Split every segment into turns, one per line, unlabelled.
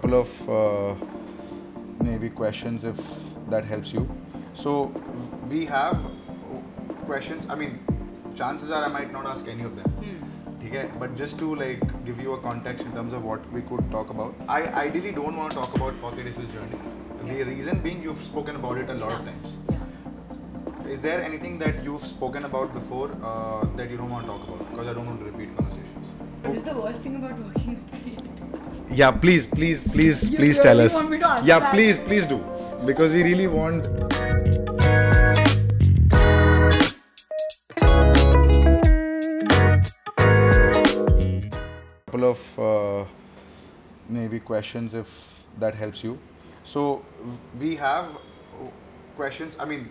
couple of uh, maybe questions if that helps you.
So we have questions. I mean, chances are I might not ask any of them. ठीक है but just to like give you a context in terms of what we could talk about I ideally don't want to talk about pocket is journey the reason being you have spoken about it a lot of times is there anything that you've spoken about before uh, that you don't want to talk about? Because I don't want to repeat conversations.
What is the worst thing about working with creators?
Yeah, please, please, please,
You
please
really
tell us.
want me to answer
yeah,
that?
please, please do because we really want. Couple of uh, maybe questions if that helps you.
So we have questions. I mean,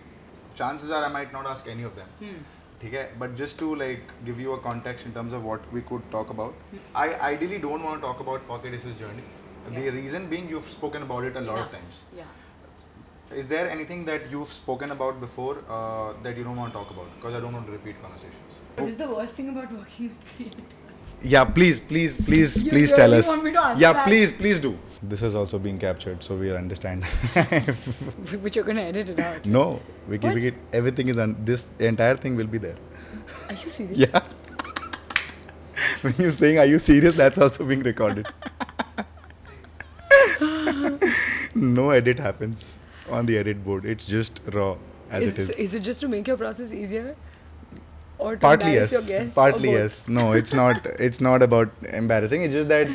chances are I might not ask any of them.
Hmm.
ठीक है but just to like give you a context in terms of what we could talk
Hmm.
About I ideally don't want to talk about pocket is journey the reason being you have spoken about it a lot of
Enough.
Times
Yeah.
Is there anything that you've spoken about before uh, that you don't want to talk about? Because I don't want to repeat conversations.
What is the worst thing about working with creators?
Yeah, please, please, please,
You
please
really
tell us.
want me to answer
yeah,
that?
please, please do. This is also being captured, so we understand.
Which you're gonna edit it out.
no, we can, we can,
What?
everything is on this entire thing will be there.
Are you serious?
Yeah. when you're saying, are you serious? That's also being recorded. no edit happens on the edit board. It's just raw as
is,
it is.
it just to make your process easier? Or to
Partly yes.
embarrass your guests? Oh, or
Partly
both?
yes. No, it's not. It's not about embarrassing. It's just that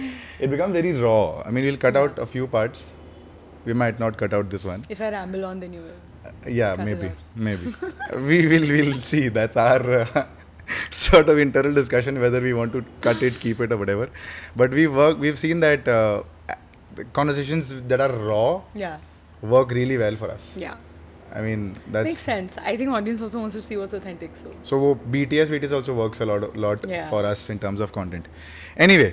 it becomes very raw. I mean, we'll cut out a few parts. We might not cut out this one.
If I ramble on, then you will.
Uh, yeah,
Cut it
maybe,
out.
maybe. we will. We'll see. That's our uh, sort of internal discussion whether we want to cut it, keep it, or whatever. But we work. We've seen that uh, the conversations that are raw
Yeah.
work really well for us.
Yeah.
I mean, that's
Makes sense. I think audience also wants to see what's authentic. So
so वो BTS BTS also works a lot lot
Yeah.
for us in terms of content. Anyway,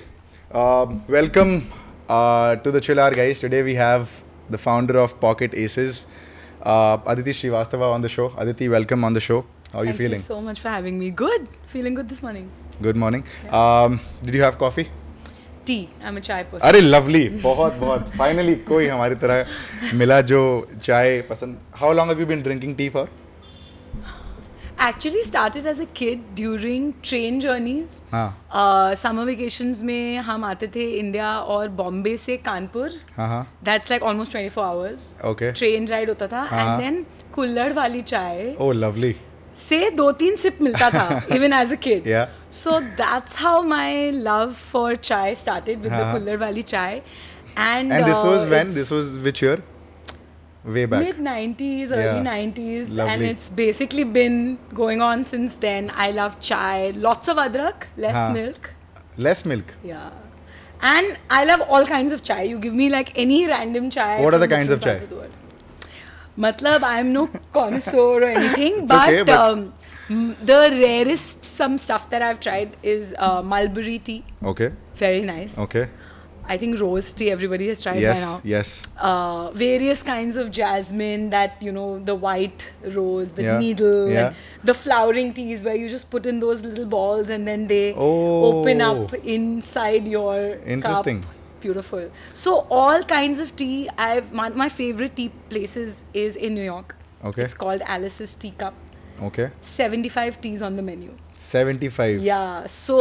um, welcome uh, to the Chill Hour guys. Today we have the founder of Pocket Aces, uh, Aditi Srivastava on the show. Aditi, welcome on the show. How are you
Thank
feeling?
you so much for having me. Good. Feeling good this morning.
Good morning. Um, did you have coffee?
Tea. I'm a chai person.
अरे lovely बहुत बहुत finally कोई हमारी तरह मिला जो चाय पसंद how long have you been drinking tea for Uh,
Actually started as a kid during train journeys.
हाँ
समर वेकेशंस में हम आते थे इंडिया और बॉम्बे से कानपुर
हाँ हाँ
that's like almost twenty four hours
Okay.
Train ride होता था
हाँ।
एंड देन कुल्लड़ वाली चाय
ओह लवली
से दो तीन सिप मिलता था even as a kid
Yeah.
So that's how my love for chai started with the
हाँ।
कुल्लड़ वाली चाय uh, and
And this was when? This was which year? Way back.
mid 90s early
Yeah.
90s and
Lovely.
it's basically been going on since then i love chai lots of adrak less
Huh.
milk
Less milk.
Yeah. And I love all kinds of chai. You give me like any random chai.
What are
from
the kinds of
different
chai?
parts the world. Matlab, I'm no connoisseur or anything,
It's
but,
okay, but-
um, m- the rarest some stuff that I've tried is uh, mulberry tea.
Okay.
Very nice.
Okay.
I think rose tea everybody has tried by now.
Yes. Yes.
Uh, various kinds of jasmine that you know the white rose the
Yeah,
needle
yeah.
and the flowering teas where you just put in those little balls and then they open up
Oh.
inside your
Interesting.
cup. beautiful so all kinds of tea i've my, my favorite tea places is in new york
Okay.
it's called alice's teacup
Okay.
75 teas on the menu
Seventy-five.
yeah, so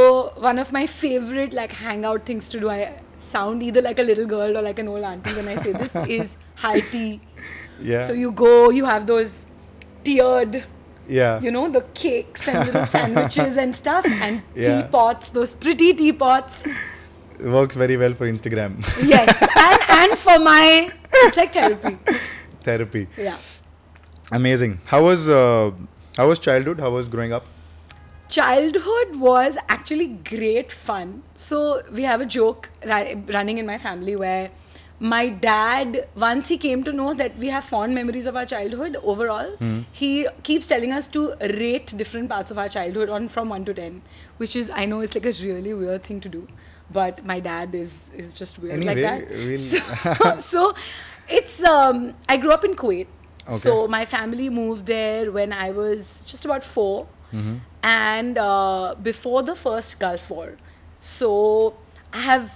one of my favorite like hangout things to do, I sound either like a little girl or like an old auntie when I say this, is high tea.
Yeah.
So you go, you have those tiered,
yeah.
you know, the cakes and little sandwiches and stuff, and
Yeah.
teapots, those pretty teapots.
Works very well for Instagram
Yes, and, and for my, it's like therapy.
therapy.
Yeah.
Amazing. How was uh, how was childhood? How was growing up?
childhood was actually great fun so we have a joke ri- running in my family where my dad once he came to know that we have fond memories of our childhood overall
Hmm.
he keeps telling us to rate different parts of our childhood on from 1 to 10 which is i know it's like a really weird thing to do but my dad is is just weird like
Anyway,
that
we'll-
so, so it's um i grew up in kuwait
Okay.
so my family moved there when I was just about 4 and uh, before the first Gulf War. So I have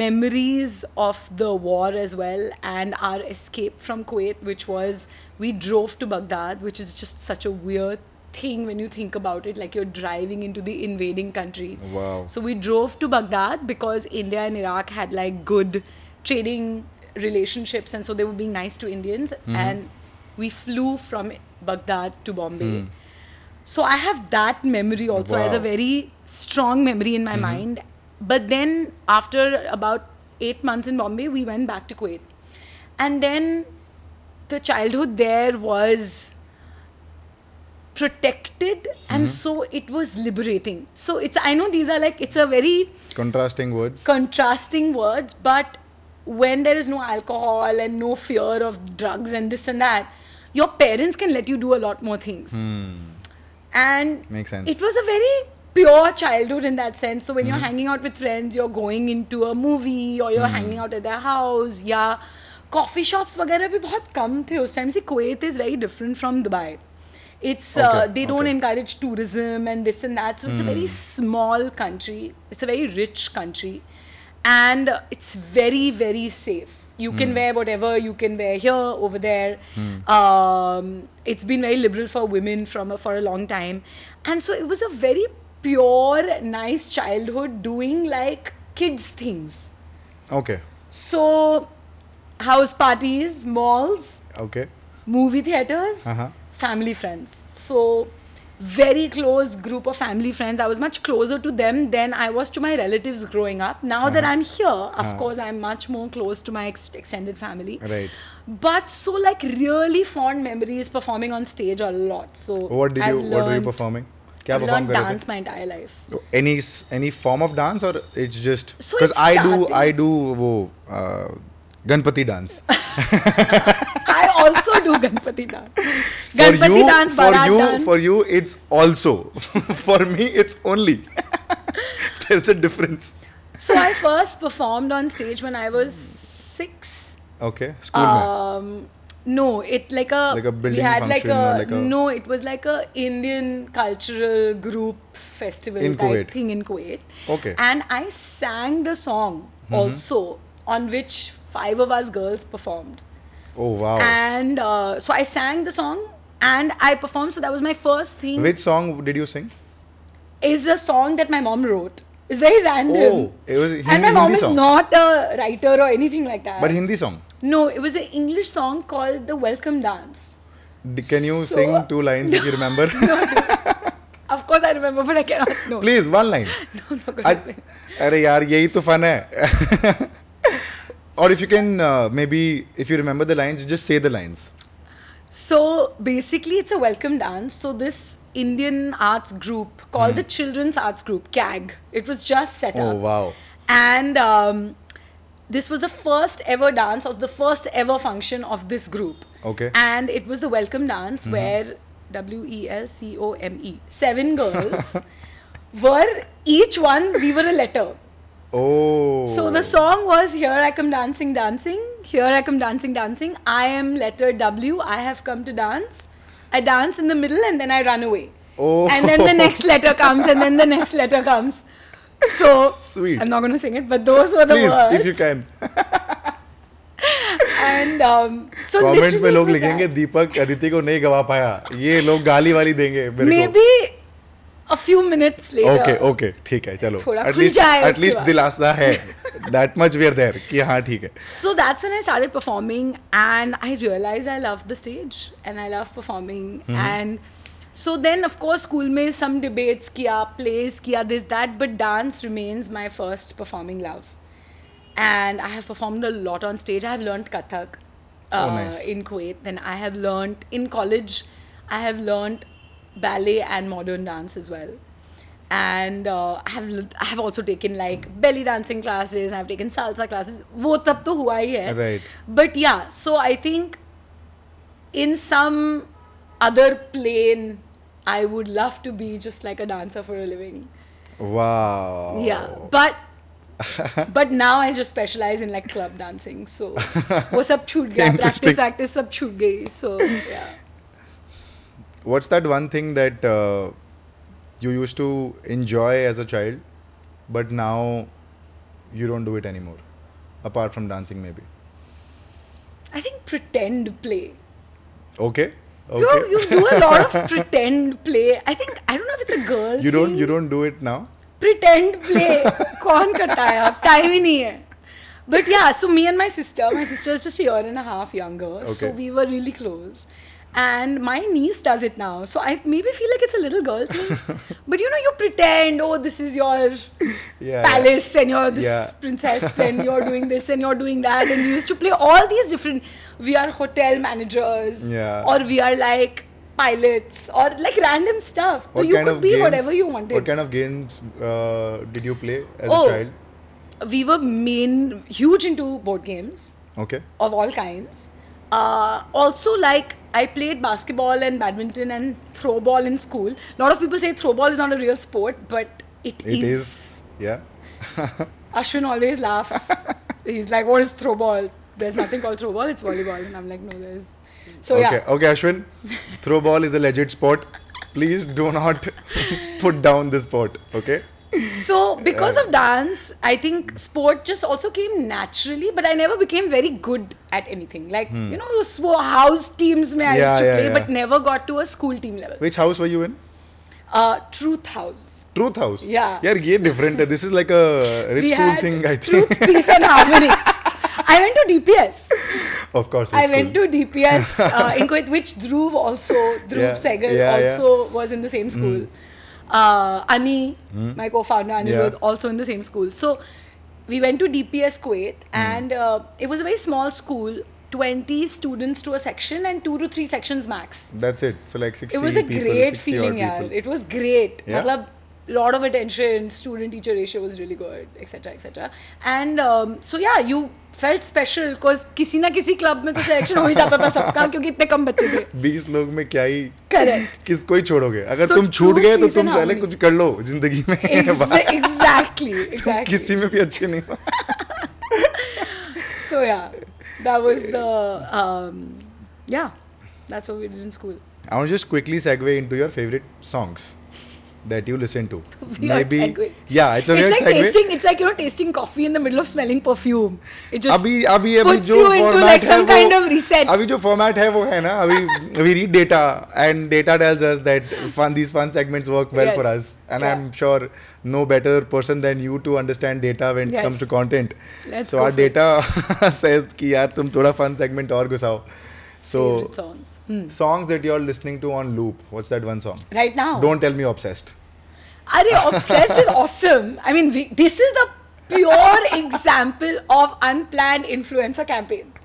memories of the war as well and our escape from Kuwait, which was we drove to Baghdad, which is just such a weird thing when you think about it. Like you're driving into the invading country.
Wow.
So we drove to Baghdad because India and Iraq had like good trading relationships, and so they were being nice to Indians. And we flew from Baghdad to Bombay. So I have that memory also as a
Wow.
very strong memory in my mind. But then after about eight months in Bombay, we went back to Kuwait. And then the childhood there was protected and so it was liberating. So it's I know these are like it's a very
Contrasting words.
contrasting words, but when there is no alcohol and no fear of drugs and this and that, your parents can let you do a lot more things. And
Hmm. Makes sense. Mm-hmm.
It was a very pure childhood in that sense. So when you're hanging out with friends, you're going into a movie or you're
Hmm.
hanging out at their house, yeah. Coffee shops वगैरह भी बहुत कम थे उस time से Kuwait is very different from Dubai. It's uh,
Okay,
they don't
okay. Hmm.
encourage tourism and this and that. So it's a very small country. It's a very rich country. And uh, it's very, very safe. You
Hmm.
can wear whatever you can wear here, over there. Um, it's been very liberal for women from a, for a long time. And so it was a very pure, nice childhood doing like kids' things.
Okay.
So, house parties, malls,
Okay.
movie theaters,
Uh-huh.
family friends. So, very close group of family friends. I was much closer to them than I was to my relatives growing up. Now
Uh-huh.
that I'm here, of course, I'm much more close to my ex- extended family.
Right.
But so, like, really fond memories performing on stage a lot. So,
What did
I've
you What were you
learned-
performing? क्या
I've
perform
learned
कर रहे
dance my entire life.
थे? Any s- any form of dance or it's just
So
because
it's
I do
starting-
I do वो uh, Ganpati dance.
I also do Ganpati dance.
For
Ganpati
you,
dance,
for
Bharat
you,
dance.
for you, it's also. for me, it's only. There's a difference.
So I first performed on stage when I was six.
Okay, school में.
Um, no, it like a
Like a
we
building
had like
function
a,
or like a-
no, it was like a Indian cultural group festival
In
type
Kuwait.
thing in Kuwait.
Okay. Mm-hmm.
and I sang the song also on which five of us girls performed,
Oh wow.
and uh, so I sang the song and I performed. So that was my first thing.
Which song did you sing?
is a song that my mom wrote. It's very random.
Oh, it was a
and
Hindi-
my mom
Hindi
is
song.
not a writer or anything like that.
But Hindi song.
no, it was an English song called The Welcome Dance.
D- Can you
So-
sing two lines if you remember?
Of course, I remember, but I cannot know.
Please, one line.
No, I'm not gonna
आज
say.
अरे यार यही तो fun है और if you can maybe if you remember the lines just say the lines
So basically, it's a welcome dance. So this Indian arts group called the Children's Arts Group (CAG). It was just set
Hmm. Oh,
up.
wow.
And um, this was the first ever dance or the first ever function of this group.
Okay. Mm-hmm.
And it was the welcome dance where W E L C O M E seven girls were each one we were a letter.
Oh
So the song was Here I Come Dancing, Dancing. Here I Come Dancing, Dancing. I am letter W. I have come to dance. I dance in the middle and then I run away.
Oh.
And then the next letter comes and then the next letter comes. So
Sweet.
I'm not going to sing it, but those were the
please
words.
If you can
And um, so
comments
literally
में
it
लोग
was
लिखेंगे
that.
Deepak Aditi को नहीं गवा पाया ये लोग गाली वाली देंगे मेरे को
Maybe a few minutes later.
Okay okay ठीक है चलो
थोड़ा खुल
एटलीस्ट
जाए उसके
एटलीस्ट
बाद।
दिलासा है that much we are there कि हाँ ठीक है
So that's when I started performing, and I realized I love the stage and I love performing. And so then, of course, school में some debates किया, plays किया, this that, but dance remains my first performing love. And I have performed a lot on stage. I have learned Kathak uh,
nice.
in Kuwait. Then I have learned in college. I have learned ballet and modern dance as well. And uh, I have l- I have also taken like belly dancing classes. I have taken salsa classes. वो तब तो हुआ ही है.
Right.
But yeah, so I think in some other plane, I would love to be just like a dancer for a living.
Wow
Yeah, but but now I just specialize in like club dancing. So वो सब छूट गया. Practice
Interesting.
practice सब छूट गई. So yeah.
What's that one thing that uh, you used to enjoy as a child, but now you don't do it anymore, apart from dancing maybe.
I think pretend play.
Okay. Okay.
You know, you do a lot of pretend play. I think I don't know if it's a girl.
You don't. You
thing.
don't do it now.
pretend play कौन करता है अब time ही नहीं है but yeah so me and my sister my sister is just a year and a half younger so
Okay.
we were really close and my niece does it now so i maybe feel like it's a little girl thing but you know you pretend oh this is your
yeah.
palace and you're this
Yeah.
princess and you're doing this and you're doing that and we used to play all these different we are hotel managers
Yeah.
or we are like pilots or like random stuff so
What
you
kind
could
of
be
games,
whatever you wanted
What kind of games uh, did you play as
Oh.
a child?
we were main huge into board games
Okay.
of all kinds. Uh, also, like I played basketball and badminton and throwball in school. A lot of people say throwball is not a real sport, but it
It
is.
is. Yeah.
Ashwin always laughs. He's like, "What is throwball? There's nothing called throwball. It's volleyball." And I'm like, "No, there's." So
okay.
yeah,
Okay, Ashwin. throw ball is a legit sport. Please do not put down this sport. Okay.
so because of dance i think sport just also came naturally but i never became very good at anything like you know those swo- house teams may i used
Hmm. Yeah,
to
yeah,
play but
yeah.
never got to a school team level
Which house were you in?
uh, truth house
Truth House.
Yeah.
Yeah, ये different. है. This is like a rich
we
school
had
thing, I think.
truth peace and harmony i went to dps
of course.
i
it's
went
cool.
to dps uh, in Kuwait, which dhruv also dhruv
Yeah,
segal
yeah, yeah. Hmm.
also was in the same school uh, ani my co-founder ani
Yeah.
was also in the same school so we went to dps kuwait
Hmm.
and uh, it was a very small school 20 students to a section and two to three sections max
That's it. So like 60
it was a
people, 60
great feeling
odd
yeah
people.
it was great
Yeah?
matlab lot of attention student teacher ratio was really good etc etc and um, so yeah you felt special because किसी ना किसी club में तो selection हो ही जाता था सबका क्योंकि इतने कम बच्चे थे
20 लोग में क्या ही
करेक्ट
किसको ही छोड़ोगे अगर
So
तुम छूट
true
गए तो
peace
तुम
and
साले
harmony.
कुछ कर लो जिंदगी में
एग्जैक्टली
तुम किसी
एग्जैक्टली
में भी अच्छे नहीं हो
सो या दैट वाज द या that's what we did in school
I want to just quickly segue into your favorite songs that you listen to.
Weird segue.
yeah, it's a
it's
weird
like
segue.
tasting it's like you know tasting coffee in the middle of smelling perfume it just
अभी अभी अभी
puts
जो
you into
format
like
है
some
वो
kind of reset
अभी जो format है वो है ना अभी we read data and data tells us that fun these fun segments work well for
Yes.
us and
Yeah.
I'm sure no better person than you to understand data when it
Yes.
comes to content.
Let's
so
go
our
for it.
data says कि यार तुम थोड़ा fun segment और घुसाओ. So
favorite songs. Hmm.
songs that you're listening to on loop. What's that one song?
Right now.
Don't tell me obsessed.
Are they obsessed is awesome. I mean, we, this is the pure example of unplanned influencer campaign,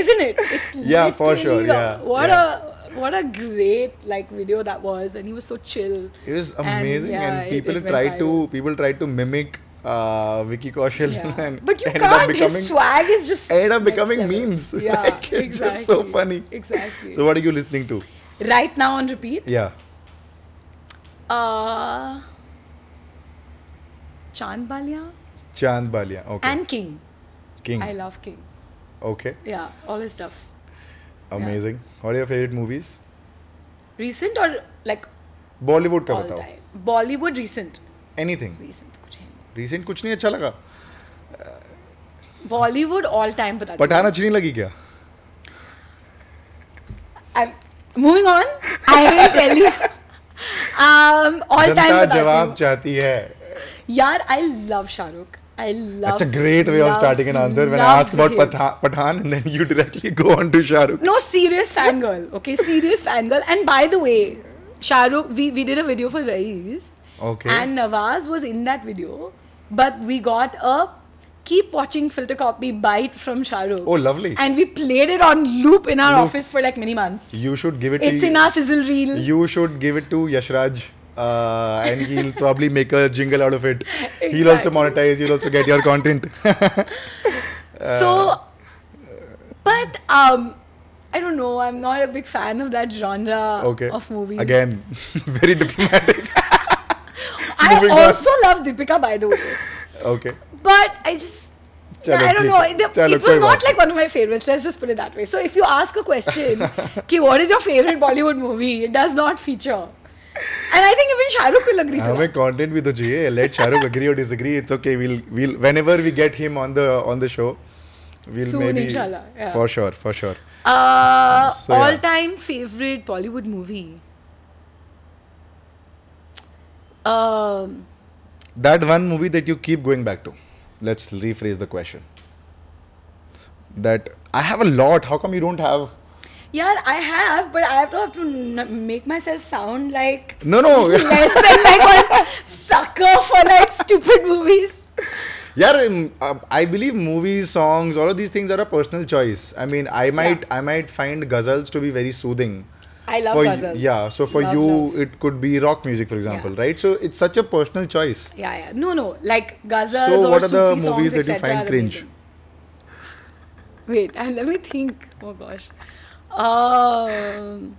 isn't it? It's
Yeah, for sure,
literally a-
yeah,
What
yeah.
a what a great like video that was, and he was so chill.
It was
And,
amazing, and,
yeah, it-
people
it went
tried
viral.
to people tried to mimic uh, Vicky Kaushal,
Yeah.
and
But you
ended up
can't.
becoming
His swag is just
ended up
next
becoming
level.
memes.
Yeah,
Like,
exactly.
it's just so funny.
Exactly.
So what are you listening to?
right now on repeat.
Yeah,
Uh, Chand Balia
Chand Balia. Okay,
and King.
King.
I love King.
okay,
Yeah, all his stuff.
amazing. What are your favorite movies?
Recent or like
Bollywood का
all
तो बताओ.
time? Bollywood recent.
Anything.
Recent कुछ है नहीं.
Recent कुछ नहीं अच्छा लगा.
Bollywood all time बता दो.
पठान अच्छी नहीं लगी क्या?
I'm moving on. I will tell you. Um, all time
जनता
बता दो.
जवाब चाहती है.
यार, I love Shahrukh. I love.
That's a great way of
love,
starting an answer when I
love
ask about
him.
Patha- Pathan and then you directly go on to Shahrukh.
No, serious fangirl. Okay, serious fangirl. And by the way, Shahrukh, we, we did a video for Raiz.
Okay.
And Nawaz was in that video. But we got a keep watching filter copy bite from Shahrukh.
Oh, lovely.
And we played it on loop in our
Loop.
office for like many months.
You should give it.
it's
to
in our sizzle reel.
You should give it to Yashraj. Uh, and he'll probably make a jingle out of it. He'll also
Exactly.
monetize. You'll also get your content.
so
uh,
but um I don't know, I'm not a big fan of that genre
Okay.
of movies.
Again, very diplomatic.
I
moving on.
also love Deepika by the way.
Okay.
But I just.
Chalo,
I don't
theek
know.
hai.
It,
Chalo,
it was
koi
not
baat
like one of my favorites. Let's just put it that way. So if you ask a question, ki, what is your favorite Bollywood movie? It does not feature. And I think even Shahrukh will agree to
हमें
that.
Content भी तो चाहिए let Shahrukh agree और disagree it's okay we'll we'll whenever we get him on the on the show we'll
Soon,
maybe
inshallah, yeah.
for sure for sure
Uh,
So, yeah.
all-time favorite Bollywood movie. Um,
that one movie that you keep going back to let's rephrase the question that I have a lot how come you don't have
yeah, I have, but I have to have to n- make myself sound like
no no
less than like one sucker for like stupid movies.
Yeah, um, uh, I believe movies, songs, all of these things are a personal choice. I mean, I might, I might find ghazals to be very soothing.
I love
for y-
ghazals.
yeah, so for
Love,
you,
love.
it could be rock music, for example,
Yeah.
right? So it's such a personal choice.
Yeah, yeah. No, no. Like ghazals
So
or
what are the
Sufi songs,
movies that you
etc.
find
are
cringe?
amazing. Wait, uh, let me think. Oh gosh. Um,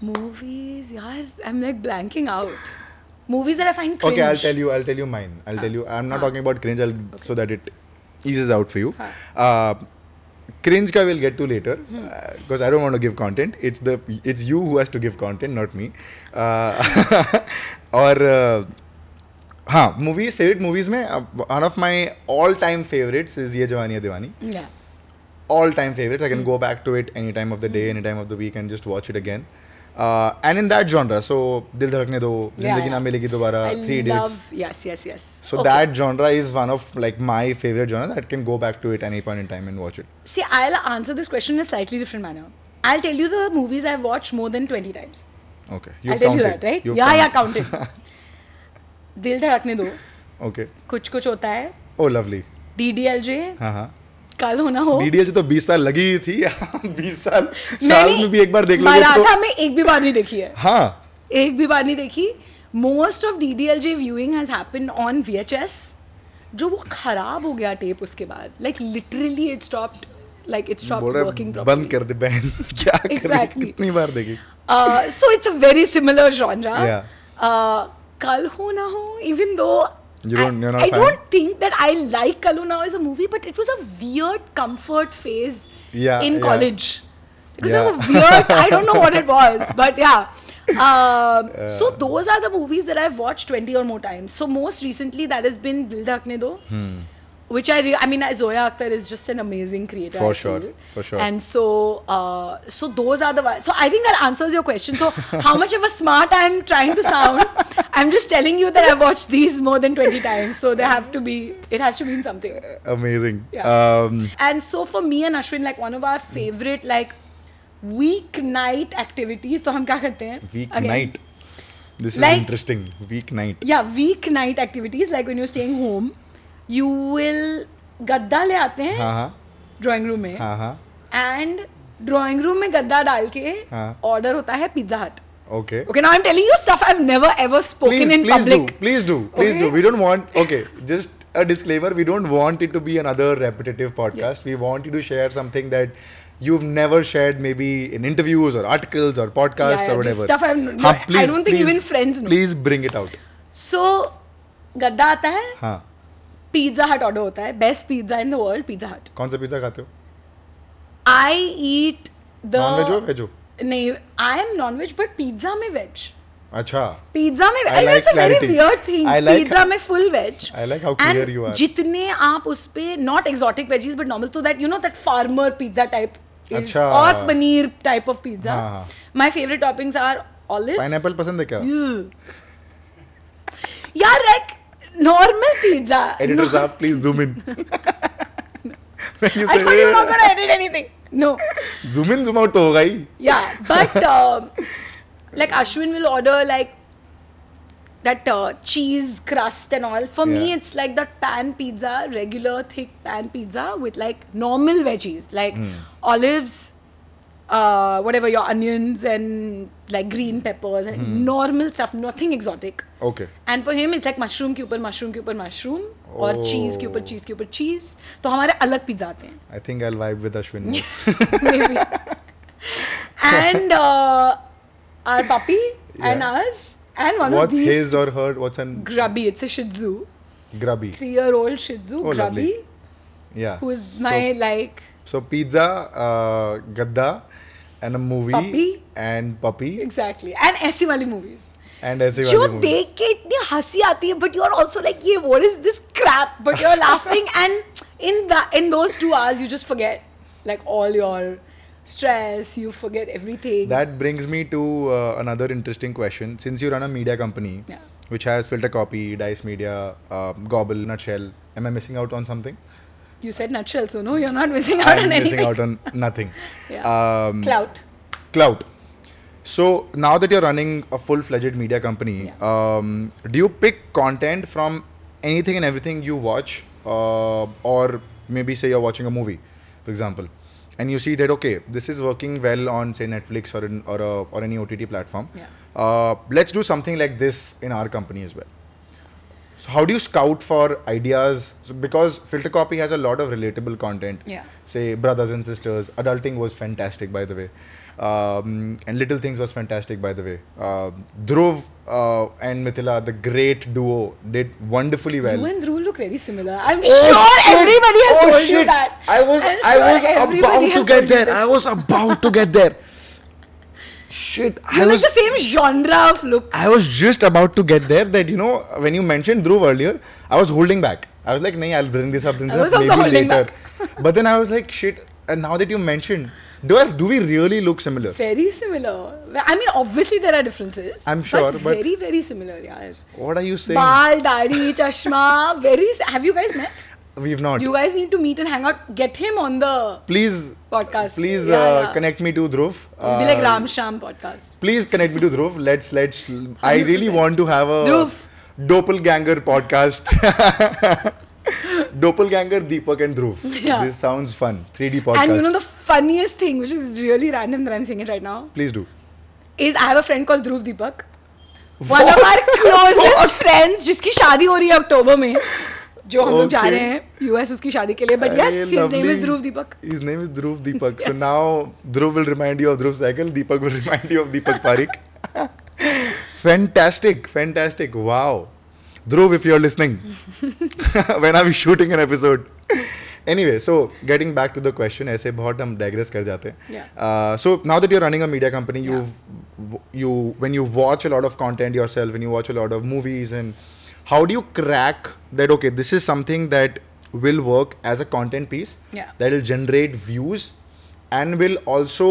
movies, yaar, I'm like blanking out. Movies that I find cringe.
Okay,
Ah.
I'll tell you. I'll tell you mine. I'll tell you. I'm not talking about cringe. I'll so that it eases out for you.
Ah.
Uh, cringe ka we'll get to later
Hmm.
because I don't want to give content. It's the it's you who has to give content, not me. Uh, or uh, हाँ movies favorite movies में uh, one of my all time favorites is Yeh Jawaani Hai Deewani
Yeah.
all time favorites. I can
Hmm.
go back to it any time of the day, any time of the week, and just watch it again. Uh, and in that genre, so Dil Dhadkne Do,
Yeah,
Zindagi Na
yeah.
Milegi Dobara,
I
Uh, Three
love.
Idiots.
Yes, yes, yes.
So
Okay.
that genre is one of like my favorite genre that can go back to it any point in time and watch it.
See, I'll answer this question in a slightly different manner. I'll tell you the movies I've watched more than 20 times.
Okay,
I'll tell you that, right?
You've
yeah, yeah,
counted.
counted. दिल धड़कने दो
Okay.
कुछ कुछ होता है
Oh, lovely.
D D L J
हाँ हाँ
कल होना हो
डीडीएल तो 20 साल लगी ही थी 20 साल साल
Oh. मैंने
में भी एक बार देख लोगे
मराठा
तो
में एक भी बार नहीं देखी है
हाँ
एक भी बार नहीं देखी most of D D L J viewing has happen on V H S जो वो खराब हो गया टेप उसके बाद like literally it stopped like it stop
बोल
वर्किंग
रहा है बंद कर दे बहन क्या करें
Exactly.
कितनी बार देखी
uh, so it's a very similar genre.
Yeah.
Uh, Kal Ho Na Ho, even though
You don't-
I,
you're not
I
a fan?
don't think that I like Kal Ho Na Ho as a movie, but it was a weird comfort phase
Yeah,
in
yeah.
college. Because
Yeah.
of a weird, I don't know what it was, but yeah. Um, so those are the movies that I've watched 20 or more times. So most recently that has been Dil Dhakne Do.
Hmm.
Which I, re- I mean, Zoya Akhtar is just an amazing creator.
For
I
sure,
feel.
for sure.
And and so, uh, so those are the ones. So I think that answers your question. So how much of a smart I'm trying to sound, I'm just telling you that I've watched these more than 20 times. So they have to be, it has to mean something.
amazing
Yeah.
um,
And so for me and Ashwin, like one of our favorite like weeknight activities. So हम क्या करते हैं?
Week
Again,
night. This is
Like-
interesting. Week night.
Yeah, weeknight activities. Like when you're staying home, you will गद्दा ले आते हैं
हाँ
drawing room में
हाँ हाँ
एंड ड्राइंग रूम में गद्दा डाल के
हाँ.
ऑर्डर होता है पिज्जा हट
Okay.
Okay, now I'm telling you stuff I've never ever spoken
Please,
in
please
public.
do. Please do. Please do.
Okay?
We don't want. Okay, just a disclaimer. We don't want it to be another repetitive podcast.
Yes.
We want you to share something that you've never shared, maybe in interviews or articles or podcasts
Yeah, yeah,
or
this
whatever.
stuff I've n-
हाँ,
I don't think even friends know.
Please bring it out.
So, गद्दा आता है
हाँ.
Pizza हट order होता है best pizza in the world pizza हट
कौन सा पिज्जा खाते हो?
I eat the
non veg हो वेज हो?
नहीं I am non veg but pizza में वेज
अच्छा.
पिज्जा में
I like
it's a very
clarity.
Weird thing
I like-
pizza में full veg
I like how clear you are.
जितने आप उस पे not exotic veggies but normal तो that you know that farmer pizza type
अच्छा।
और paneer type of pizza
हाँ, हाँ.
My favourite toppings are olives
pineapple पसंद है क्या?
यार लाइक नॉर्मल पिज्जा
Editor साहब please zoom in. When you
I
say-
thought you not gonna edit anything no
zoom in zoom out तो होगा ही
या but like Ashwin will order like that uh, cheese crust and all for me
Yeah.
it's like that pan pizza regular thick pan pizza with like normal veggies like olives uh, whatever your onions and like green peppers and normal stuff nothing exotic
okay
and for him it's like mushroom के ऊपर mushroom के ऊपर mushroom
Oh.
और चीज के ऊपर चीज के ऊपर चीज तो हमारे अलग पिज्जा आते हैं
i think i'll vibe with ashwin more.
And uh, are puppy and us and one of
what's
these
his or her what's an
grubby it's a शिजू
grubby
3 year old shizu
Oh,
grubby
lovely. yeah
who is
so,
my like
so pizza uh gadda and a movie
Puppy?
and puppy
exactly and ऐसी वाली movies
and ऐसे
जो
वाली movies.
देख के इतनी हंसी आती है but you are also like ये what is this crap but you're laughing and in that in those two hours you just forget like all your stress you forget everything
That brings me to uh, another interesting question. Since you run a media company,
Yeah.
which has Filter Copy, Dice Media, uh, Gobble, Nutshell, am I missing out on something?
you said nutshell so no you're not missing out
I'm
on
missing
anything
out on nothing.
Yeah.
Um,
clout
Clout. So now that you're running a full-fledged media company, um, do you pick content from anything and everything you watch, uh, or maybe say you're watching a movie, for example, and you see that okay, this is working well on say Netflix or an, or a, or any OTT platform.
Yeah.
Uh, let's do something like this in our company as well. So how do you scout for ideas? So because Filter Copy has a lot of relatable content.
Yeah.
Say brothers and sisters. Adulting was fantastic, by the way, um, and Little Things was fantastic, by the way. Uh, Dhruv uh, and Mithila, the great duo, did wonderfully well.
you and Dhruv look very similar I'm
Oh,
sure
shit!
everybody has
Oh,
told you
shit!
that
I was
I'm
I
sure
was
everybody
about to
has
get
told you
there.
this.
I was about to get there. Shit! I
you
was
like the same genre of looks
I was just about to get there that you know when you mentioned Dhruv earlier, I was holding back. I was like, "Nahi, I'll bring this up, bring
I
this
was
up
also
maybe
holding
later." but then I was like, "Shit!" And now that you mentioned, do I, do we really look similar?
very similar I mean obviously there are differences
I'm sure, but-
very very similar yaar
What are you saying?
Bal, Dari, Chashma, very. s- Have you guys met?
We've not.
You guys need to meet and hang out. Get him on the.
please,
Podcast.
Please
Yeah,
uh,
yeah.
connect me to Dhruv.
It'll be like
Uh,
Ram Sham podcast.
Please connect me to Dhruv. Let's let's. I really
100%.
want to have a
Dhruv.
doppelganger podcast. doppelganger Deepak and Dhruv.
Yeah.
This sounds fun. 3D podcast.
And you know the funniest thing, which is really random that I'm saying it right now,
please do.
is I have a friend called Dhruv Deepak. One of our closest friends, जिसकी शादी हो रही है अक्टूबर में जो हम लोग जा
Okay.
रहे हैं यूएस उसकी शादी के लिए but yes
Hey,
his name
lovely.
Is Dhruv Deepak
His name is Dhruv Deepak. So
Yes.
now Dhruv will remind you of Dhruv Cycle, Deepak will remind you of Deepak Parik. fantastic, fantastic. Wow. Dhruv, if you're listening, when are we shooting an episode? anyway, so getting back to the question, ऐसे बहुत हम digress कर जाते हैं.
Yeah.
Uh, so now that you're running a media company, you've you when you watch a lot of content yourself, when you watch a lot of movies, and how do you crack that? Okay, this is something that will work as a content piece
Yeah.
that will generate views and will also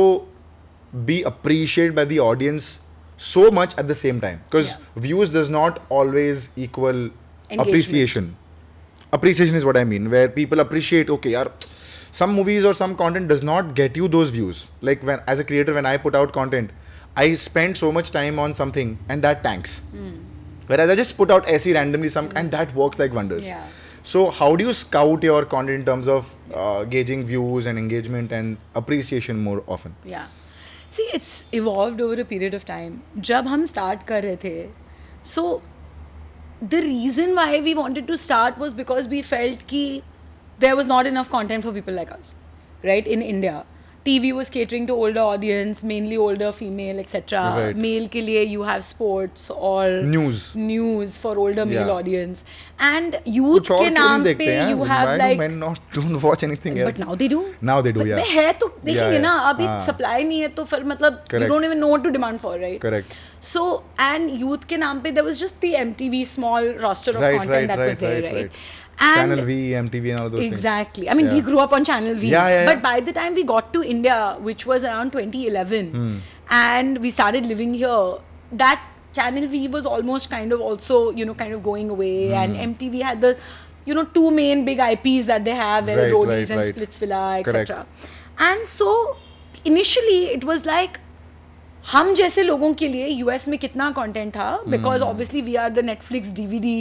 be appreciated by the audience so much at the same time because
Yeah.
views does not always equal
Engagement.
appreciation appreciation is what i mean where people appreciate okay yaar, some movies or some content does not get you those views like when as a creator when i put out content i spend so much time on something and that tanks
Hmm.
whereas i just put out se randomly some and that works like wonders
Yeah.
so how do you scout your content in terms of uh, gauging views and engagement and appreciation more often
या see it's evolve over a period of time जब हम start कर रहे थे so the reason why we wanted to start was because we felt कि there was not enough content for people like us right in India T V was catering to older audience mainly older female etcetera
Right.
Male के लिए you have sports और
News.
News for older male
Yeah.
Audience and youth
कुछ और
के
क्यों नहीं
नाम
देखते
पे
हैं
you
Why
have
do
like
men not don't watch anything else
but now they do
Now they do, yeah.
है तो देखेंगे
yeah.
ना अभी
हाँ.
सप्लाई नहीं है तो फिर मतलब you
Correct.
Don't even know what to demand for right
Correct.
So and youth के नाम पे there was just the MTV small roster of
Right,
content
right,
that was
right,
there
right,
right
channel
एंड
v mtv and all those things
Exactly. I mean, we
Yeah.
grew up on Channel V.
Yeah, yeah,
But
yeah.
by the time we got to India, which was around 2011,
Hmm.
and we started living here, that Channel V was almost kind of also, you know, kind of going away.
Hmm.
And MTV had the, you know, two main big IPs that they have, where
Right,
Roadies
right,
and
right.
Splitsvilla, etc.
Correct.
And so, initially, it was like, हम जैसे लोगों के लिए US में कितना content था because
Hmm.
Obviously we are the Netflix DVD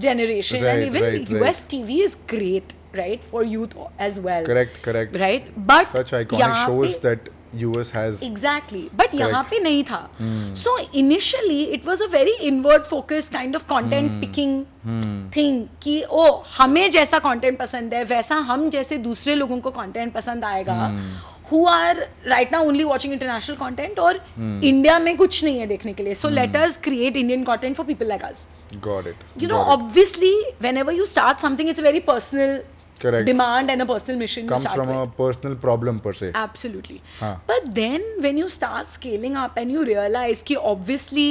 generation and
Right, right,
even
right.
US TV is great right for youth as well
correct correct
right but
such iconic shows that us has
exactly but यहाँ पे नहीं था
Hmm.
So initially it was a very inward focus kind of content
Hmm.
Picking thing कि ओ हमें जैसा content पसंद है वैसा हम जैसे दूसरे लोगों को कॉन्टेंट पसंद आएगा
Hmm.
हु आर राइट ना ओनली वॉचिंग इंटरनेशनल कॉन्टेंट और
Hmm.
इंडिया में कुछ नहीं है देखने के लिए so let us create Indian content for people like us
got it
you know
got it.
obviously whenever you start something it's a very personal
Correct.
demand and a personal mission to
comes
start
from
with.
a personal problem per se.
Absolutely.
Huh.
But then when you start scaling up and you realize ki obviously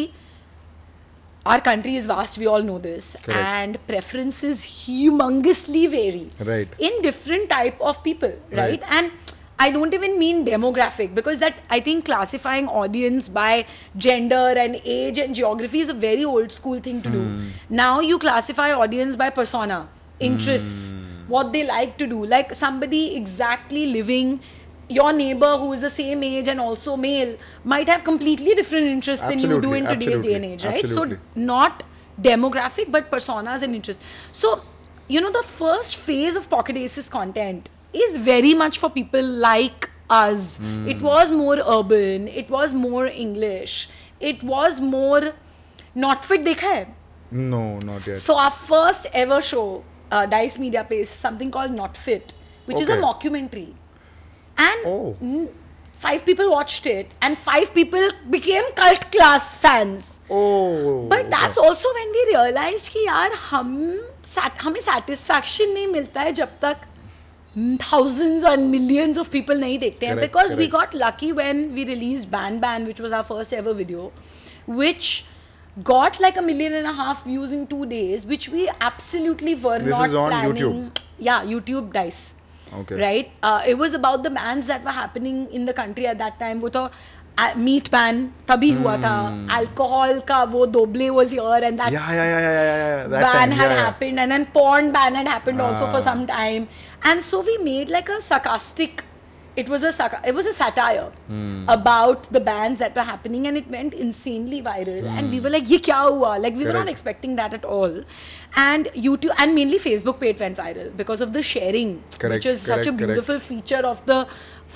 our country is vast, we all know this.
Correct.
And preferences humongously vary.
Right.
In different type of people, right?
Right.
And I don't even mean demographic because that I think classifying audience by gender and age and geography is a very old school thing to do. Now you classify audience by persona, interests, what they like to do. Like somebody exactly living your neighbor who is the same age and also male might have completely different interests than you do
Absolutely,
in today's day and
absolutely,
age, right?
absolutely.
So not demographic but personas and interests so you know the first phase of pocket aces content is very much for people like us
Hmm.
it was more urban it was more english it was more not fit dekha hai
No, not yet.
so our first ever show, uh, Dice Media pays something called Not Fit, which is a
Okay.
mockumentary, and
Oh.
n- Hmm? five people watched it, and five people became cult class fans.
oh.
But that's also when we realized कि यार हम sat, हमें satisfaction नहीं मिलता है जब तक thousands and millions of people नहीं देखते हैं
Correct,
because we
correct.
got lucky when we released Ban Ban which was our first ever video which got like a million and a half views in two days which we absolutely were
This
not
is on
planning
YouTube.
yeah YouTube dice
Okay.
right uh, it was about the bans that were happening in the country at that time वो तो meet ban तभी हुआ था alcohol का वो दोबले was here and that
Hmm. Yeah, yeah, yeah, yeah, yeah, yeah, yeah. That
ban
time,
had
yeah, yeah.
happened and then porn ban had happened also for
Ah.
some time and so we made like a sarcastic it was a sarca- it was a satire
Hmm.
about the bans that were happening and it went insanely viral and we were like ye kya hua like we were
Hmm.
not
Correct.
expecting that at all and youtube and mainly facebook page went viral because of the sharing which
Correct,
is such a
correct, correct.
beautiful feature of the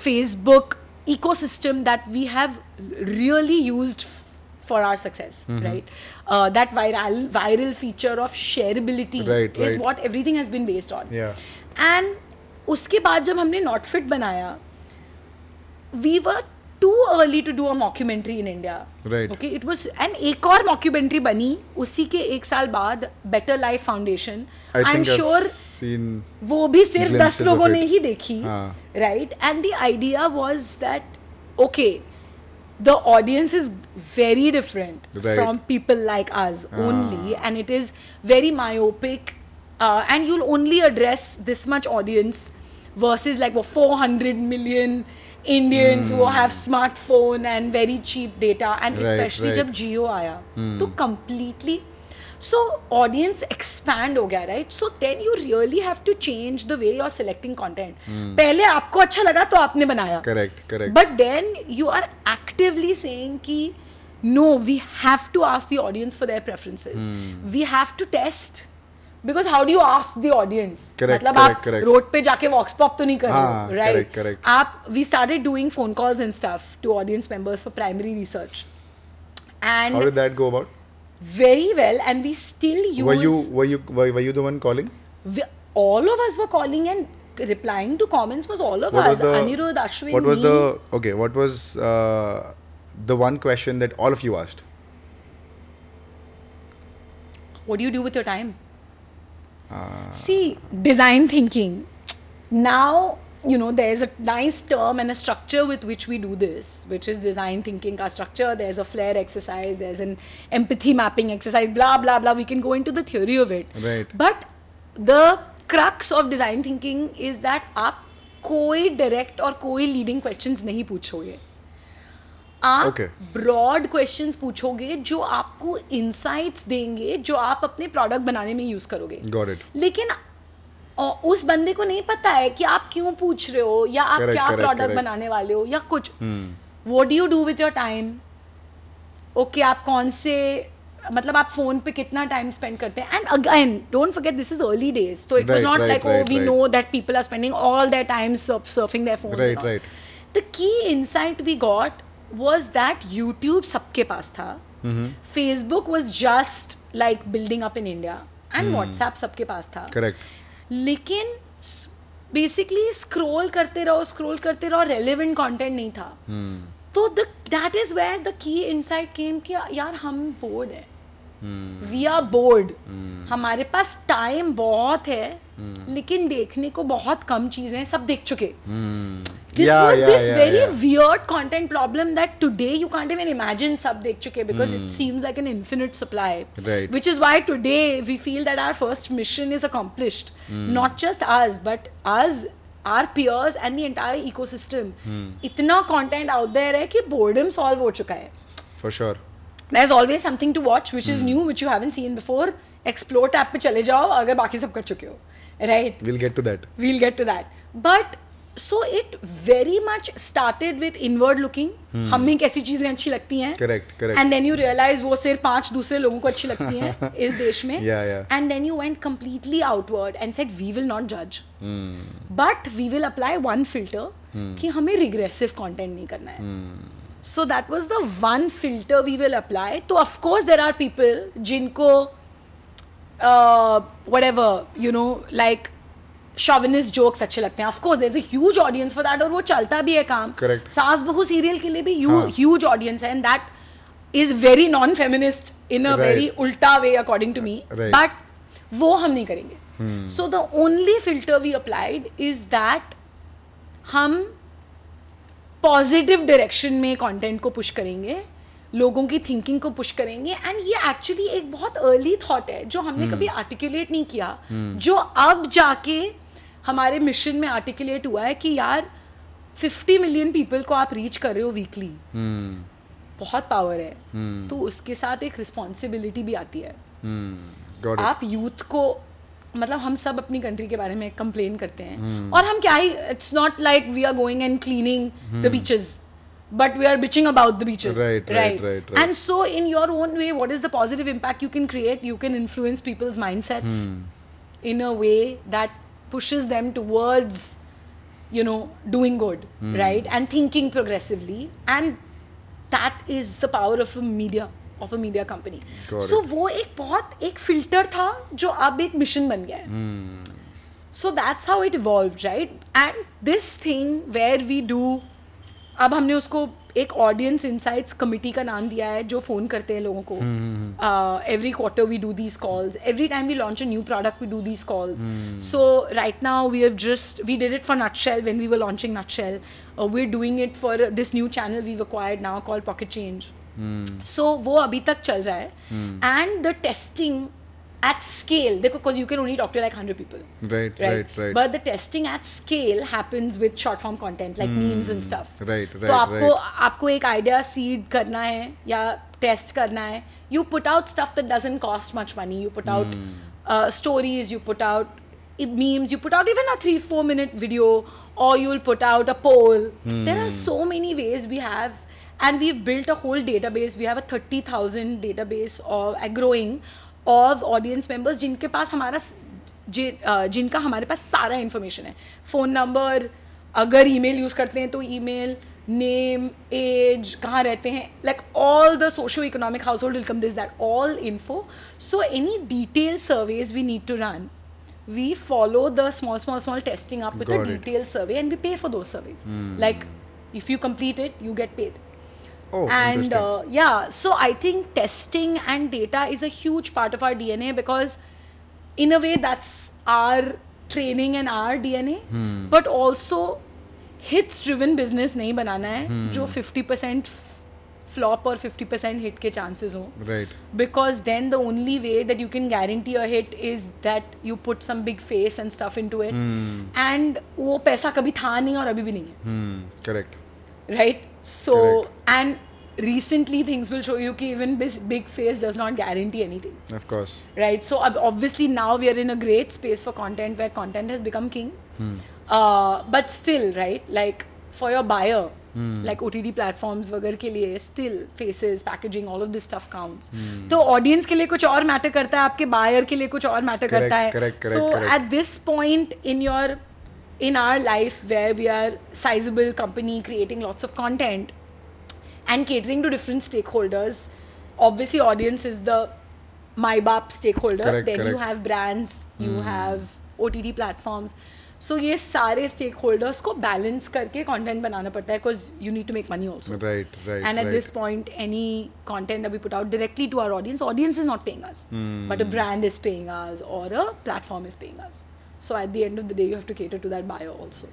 facebook ecosystem that we have really used f- for our success
Mm-hmm.
right uh, that viral viral feature of shareability
Right,
is
right.
what everything has been based on
Yeah.
and उसके बाद जब हमने not fit बनाया we were too early to do a mockumentary in India.
Right.
Okay, it was and एक और mockumentary बनी उसी के एक साल बाद Better Life Foundation.
I
I'm
think I've
sure
seen.
वो भी सिर्फ दस
glimpses of
लोगों
it.
ने ही देखी
हाँ.
Right and the idea was that okay the audience is very different
Right. Ah.
From people like us only and it is very myopic and you'll only address this much audience versus like वो four hundred million Indians who have smartphone and very cheap data and
Hmm. Right,
specially
right.
जब जियो आया तो completely so audience expand हो गया right so then you really have to change the way you are selecting content पहले आपको अच्छा लगा तो आपने बनाया
Correct, correct.
But then you are actively saying कि no we have to ask the audience for their
Hmm.
Preferences we have to test because how do you ask the audience
Correct,
मतलब
correct,
आप
correct.
Road पे जाके vox pop तो नहीं कर
हाँ,
रहे हो
correct,
राइट
correct.
आप we started doing phone calls and stuff to audience members for primary research
How
and
did that go about?
very well and we still use
Were you were you were, were you the one calling?
we, all of us were calling and replying to comments was all of us
was the
anirudh ashwin
What was
me.
the okay? What was uh, the one question that all of you asked?
what do you do with your time
Uh,
see design thinking now you know there's a nice term and a structure with which we do this which is design thinking ka structure there's a flair exercise there's an empathy mapping exercise blah blah blah we can go into the theory of it
Right.
but the crux of design thinking is that आप कोई direct और कोई leading questions नहीं पूछोगे आप
Okay.
Broad questions पूछोगे जो आपको इंसाइट्स देंगे जो आप अपने प्रोडक्ट बनाने में यूज करोगे
Got it.
लेकिन अ, उस बंदे को नहीं पता है कि आप क्यों पूछ रहे हो या आप
Correct,
क्या
correct,
प्रोडक्ट
correct. Hmm.
बनाने वाले हो या कुछ what do you do with your time okay आप कौन से मतलब आप फोन पे कितना टाइम स्पेंड करते हैं and again don't forget this is early days तो it was
Right,
not
right,
like oh
right,
we
right.
Know that people are spending all their time surfing their phones
Right,
and all.
right.
The key insight we got was that YouTube सबके पास था Facebook was just like building up in India and WhatsApp सबके पास था
Correct.
लेकिन basically scroll करते रहो scroll करते रहो रेलिवेंट कंटेंट नहीं था तो that is where the key insight came कि यार हम बोर्ड है वी आर बोर्ड हमारे पास टाइम बहुत है लेकिन देखने को बहुत कम चीजें हैं सब देख चुके this
Yeah,
was
yeah,
this
yeah,
very
yeah.
weird content problem that today you can't even imagine sub dekh chuke because it seems like an infinite supply
Hmm. Right.
which is why today we feel that our first mission is accomplished
Hmm.
not just us but us our peers and the entire ecosystem
Hmm.
itna content out there hai ki boredom solve ho chuka hai
for sure.
there's always something to watch which
Hmm.
is new which you haven't seen before explore tab pe chale jao agar baki sab kar chuke ho right
We'll get to that.
we'll get to that but so it very much started with inward looking हमें कैसी चीजें अच्छी लगती हैं
Hmm. Correct, correct.
and then you realize वो सिर्फ पांच दूसरे लोगों को अच्छी लगती हैं इस देश में
Yeah, yeah.
and then you went completely outward and said we will not judge
Hmm.
but we will apply one filter कि हमें regressive content नहीं करना
Hmm.
है so that was the one filter we will apply तो of course there are people जिनको uh, whatever you know like chauvinist jokes अच्छे लगते हैं of course there is a huge audience for that और वो चलता भी है काम
Correct.
सास बहू सीरियल के लिए भी
हाँ.
ह्यूज ऑडियंस है and that is very non feminist in a
Right.
Very उल्टा way according to me
Right.
But वो हम नहीं करेंगे so the only filter we applied is that हम पॉजिटिव डायरेक्शन में कंटेंट को पुश करेंगे लोगों की थिंकिंग को पुश करेंगे एंड ये एक्चुअली एक बहुत अर्ली थॉट है जो हमने कभी आर्टिकुलेट नहीं किया जो अब जाके हमारे मिशन में आर्टिकुलेट हुआ है कि यार 50 मिलियन पीपल को आप रीच कर रहे हो वीकली
Hmm.
बहुत पावर है तो उसके साथ एक रिस्पॉन्सिबिलिटी भी आती है
Hmm. Got it.
आप यूथ को मतलब हम सब अपनी कंट्री के बारे में कंप्लेन करते हैं
हम्म।
और हम क्या ही it's not like we are going and cleaning the beaches but we are bitching about the beaches
hmm. Right, right, right, right.
And so in your own way what is the positive impact you can create you can influence people's mindsets
hmm.
In a way that pushes them towards you know doing good right and thinking progressively and that is the power of a media of a media company
Got
so वो एक बहुत एक filter था जो अब एक mission बन गया है so that's how it evolve right and this thing where we do अब हमने उसको एक ऑडियंस इंसाइट्स कमिटी का नाम दिया है जो फ़ोन करते हैं लोगों को every quarter we do these calls every time we launch a new product we do these calls so right now we have just we did it for Nutshell when we were launching Nutshell we are doing it for this new channel we acquired now call Pocket Change सो वो अभी तक चल रहा है and the testing at scale देखो because you can only doctor like hundred people
Right, right,
right
right.
but the testing at scale happens with short form content like memes and stuff
Hmm. Right,
तो
right,
आपको
right.
आपको एक idea seed करना है या test करना है you put out stuff that doesn't cost much money you put
Hmm.
Out stories you put out memes you put out even a 3 4 minute video or you'll put out a poll
Hmm.
there are so many ways we have and we've built a whole database we have a 30000 database of a growing of audience members जिनके पास हमारा जि, अ, जिनका हमारे पास सारा information है phone number अगर email use करते हैं तो ईमेल नेम एज कहाँ रहते हैं like all the socio economic household income this that all info so any detail surveys we need to run we follow the small small small testing up with a
Got it. Hmm.
detailed survey and we pay for those surveys like if you complete it you get paid
Oh,
and
interesting.
uh, yeah so i think testing and data is a huge part of our dna because in a way that's our training and our dna
Hmm.
but also hits driven business nahi banana hai
Hmm.
jo 50% f- flop or 50% hit ke chances ho
right.
because then the only way that you can guarantee a hit is that you put some big face and stuff into it and वो पैसा कभी था नहीं और अभी भी नहीं है
Hmm. Correct.
right so and recently things will show you कि even bis- big face does not guarantee anything
Of course.
right so ob- obviously now we are in a great space for content where content has become king
Hmm.
uh, but still right like for your buyer
Hmm.
like ott platforms वगैरह के लिए still faces packaging all of this stuff counts
Hmm.
तो audience के लिए कुछ और matter करता है आपके buyer के लिए कुछ और matter
Correct,
करता है
correct, correct,
so
correct.
at this point in your in our life where we are sizable company creating lots of content and catering to different stakeholders. Obviously, audience is the my bap stakeholder.
Correct, Hmm.
then you
correct.
have brands, you have OTT platforms. So ये सारे stakeholders को balance करके content बनाना पड़ता है because you need to make money also
Right, right,
And at
right.
this point, any content that we put out directly to our audience, audience is not paying us,
Hmm.
but a brand is paying us or a platform is paying us. So at the end of the day, you have to cater to that buyer also.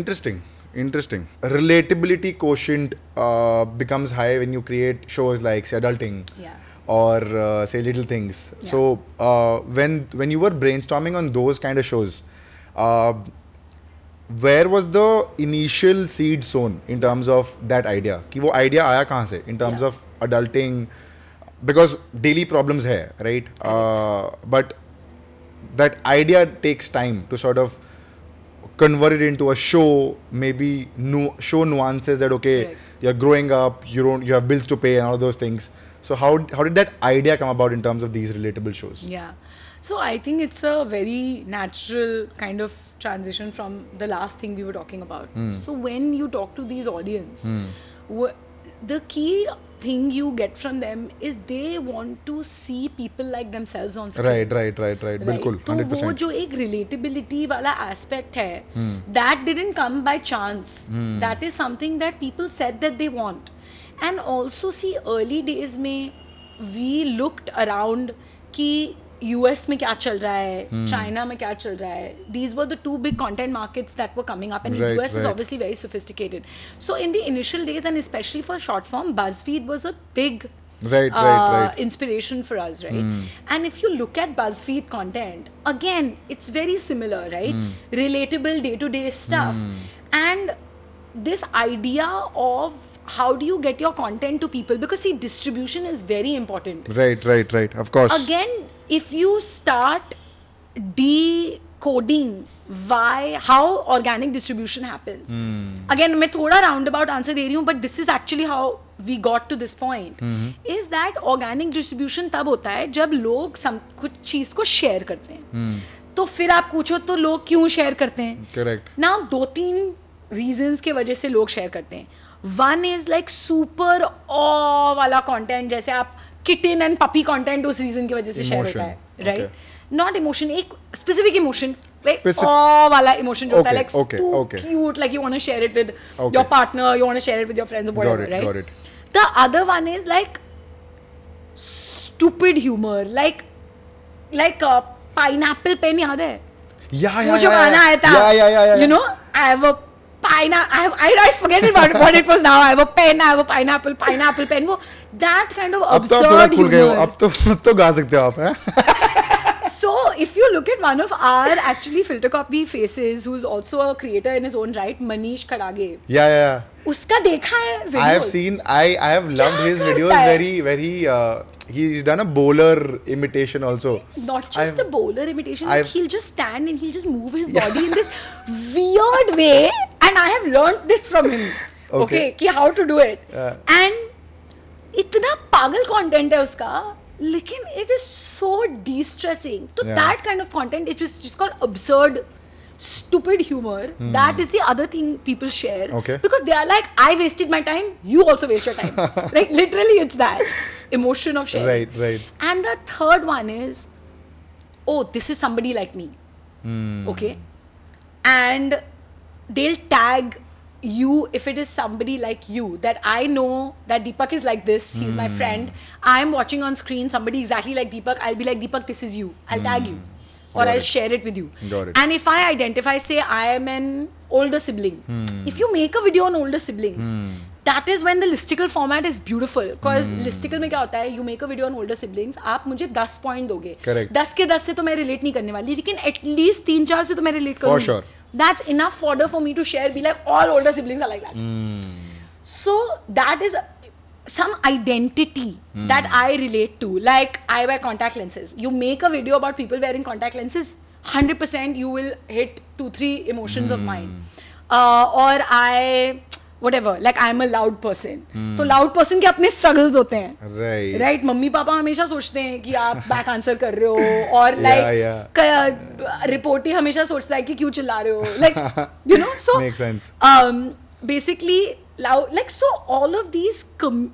Interesting. Interesting. Relatability quotient uh, becomes high when you create shows like say adulting
Yeah.
or uh, say little things.
Yeah.
So uh, when when you were brainstorming on those kind of shows, uh, where was the initial seed sown in terms of that idea? कि वो idea आया कहाँ से? In terms
Yeah.
of adulting, because daily problems है, right? Uh, but that idea takes time to sort of convert it into a show maybe nu- show nuances that okay
Correct.
you're growing up you don't you have bills to pay and all those things so how how did that idea come about in terms of these relatable shows
Yeah. So I think it's a very natural kind of transition from the last thing we were talking about. So when you talk to these audience, wha- the key thing you get from them is they want to see people like themselves on screen.
right right right right
Right.
bilkul
तो वो
100%
जो एक relatability वाला aspect है
Hmm.
That didn't come by chance that is something that people said that they want and also see early days में we looked around कि US में क्या चल रहा
Hmm.
है चाइना में क्या चल रहा है these were the two big content markets that were coming up and
Right,
US is
right.
obviously very sophisticated. So in the initial days, and especially for short form, BuzzFeed was a big uh,
Right, right, right.
inspiration for us, right? And if you look at BuzzFeed content, again, it's very similar, right? Relatable day to day stuff. And this idea of how do you get your content to people? Because see, distribution is very important
right right right of course
again if you start decoding why how organic distribution happens again मैं थोड़ा roundabout answer दे रही हूँ but this is actually how we got to this point is that organic distribution तब होता है जब लोग some कुछ चीज को share करते हैं तो फिर आप पूछो तो लोग क्यों share करते हैं
correct
ना दो तीन रीजंस के वजह से लोग शेयर करते हैं one is like super aww वाला कंटेंट जैसे आप किटिन एंड पपी कंटेंट उस रीजन की वजह से शेयर होता है
Emotion,
राइट नॉट इमोशन एक स्पेसिफिक इमोशन
Specific-
ऑ वाला इमोशन जो होता है
Okay,
like
okay,
to
okay.
Cute like you want to share it with
Okay.
Your partner you want to share it with your friends
Got
whatever
it, got
right
it.
the other one is like stupid humor like like uh, pineapple pen याद है
yeah yeah
वो जो
yeah,
गाना
yeah.
आया था
yeah yeah yeah, yeah
you know I have a pine I I I forget about what it was now I have a pen I have a pineapple pineapple pen वो that kind of
अब तो आप थोड़ा
absurd
खुल गए हो अब तो अब तो गा सकते हो आप हैं
so if you look at one of our actually filter copy faces who's also a creator in his own right manish kadage
yeah yeah, yeah.
उसका देखा है videos.
I have seen. I I have loved
क्या
his
करता
videos.
है?
Very very. Uh, he's done a bowler imitation also.
not just
I've-
a bowler imitation like
I've-
he'll just stand and he'll just move his body in this weird way and i have learned this from him
Okay.
okay कि how to do it
Yeah.
and इतना पागल content है उसका लेकिन it is so de-stressing तो
Yeah.
that kind of content it's just, just called absurd stupid humor that is the other thing people share
Hmm. Okay.
because they are like i wasted my time you also waste your time right literally it's that emotion of sharing
Right, right.
and the third one is, oh, this is somebody like me.
Hmm.
Okay. And they'll tag you if it is somebody like you that I know that Deepak is like this, he's
Hmm.
my friend. I'm watching on screen somebody exactly like Deepak, I'll be like, Deepak, this is you. I'll tag you. Or
Hmm. Got
I'll
it.
share it with you.
Got it.
And if I identify, say, I am an older sibling,
Hmm.
if you make a video on older siblings, that is when the listicle format is beautiful. Because
Hmm.
listicle में क्या होता है you make a video on older siblings, आप मुझे 10 point दोगे
Correct.
10 के 10 से तो मैं रिलेट नहीं करने वाली लेकिन एटलीस्ट तीन चार से तो मैं रिलेट
For
करूंगी
sure.
That's enough fodder for me to share be like all older siblings are like that so that is some identity that i relate to like i wear contact lenses you make a video about people wearing contact lenses 100% you will hit two three emotions of mine uh, or i whatever like i'm a loud person तो loud person के अपने struggles होते हैं
Right.
Right mummy papa हमेशा सोचते हैं कि आप बैक आंसर कर रहे हो और
yeah.
लाइक रिपोर्टी हमेशा सोचता है कि क्यों चिल्ला रहे हो like you know so
Makes sense.
um, basically like so all of these
Hmm.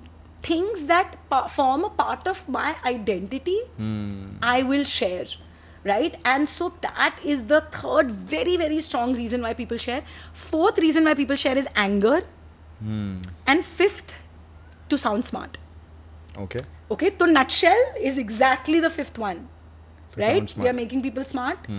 Things that form a part of my identity I will share right? And so that is the third very, very strong reason why people share. Fourth reason why people share is anger.
Hmm.
And fifth, to sound smart.
Okay.
Okay, so nutshell is exactly the fifth one,
To sound
right? We are
smart. Hmm.
making people smart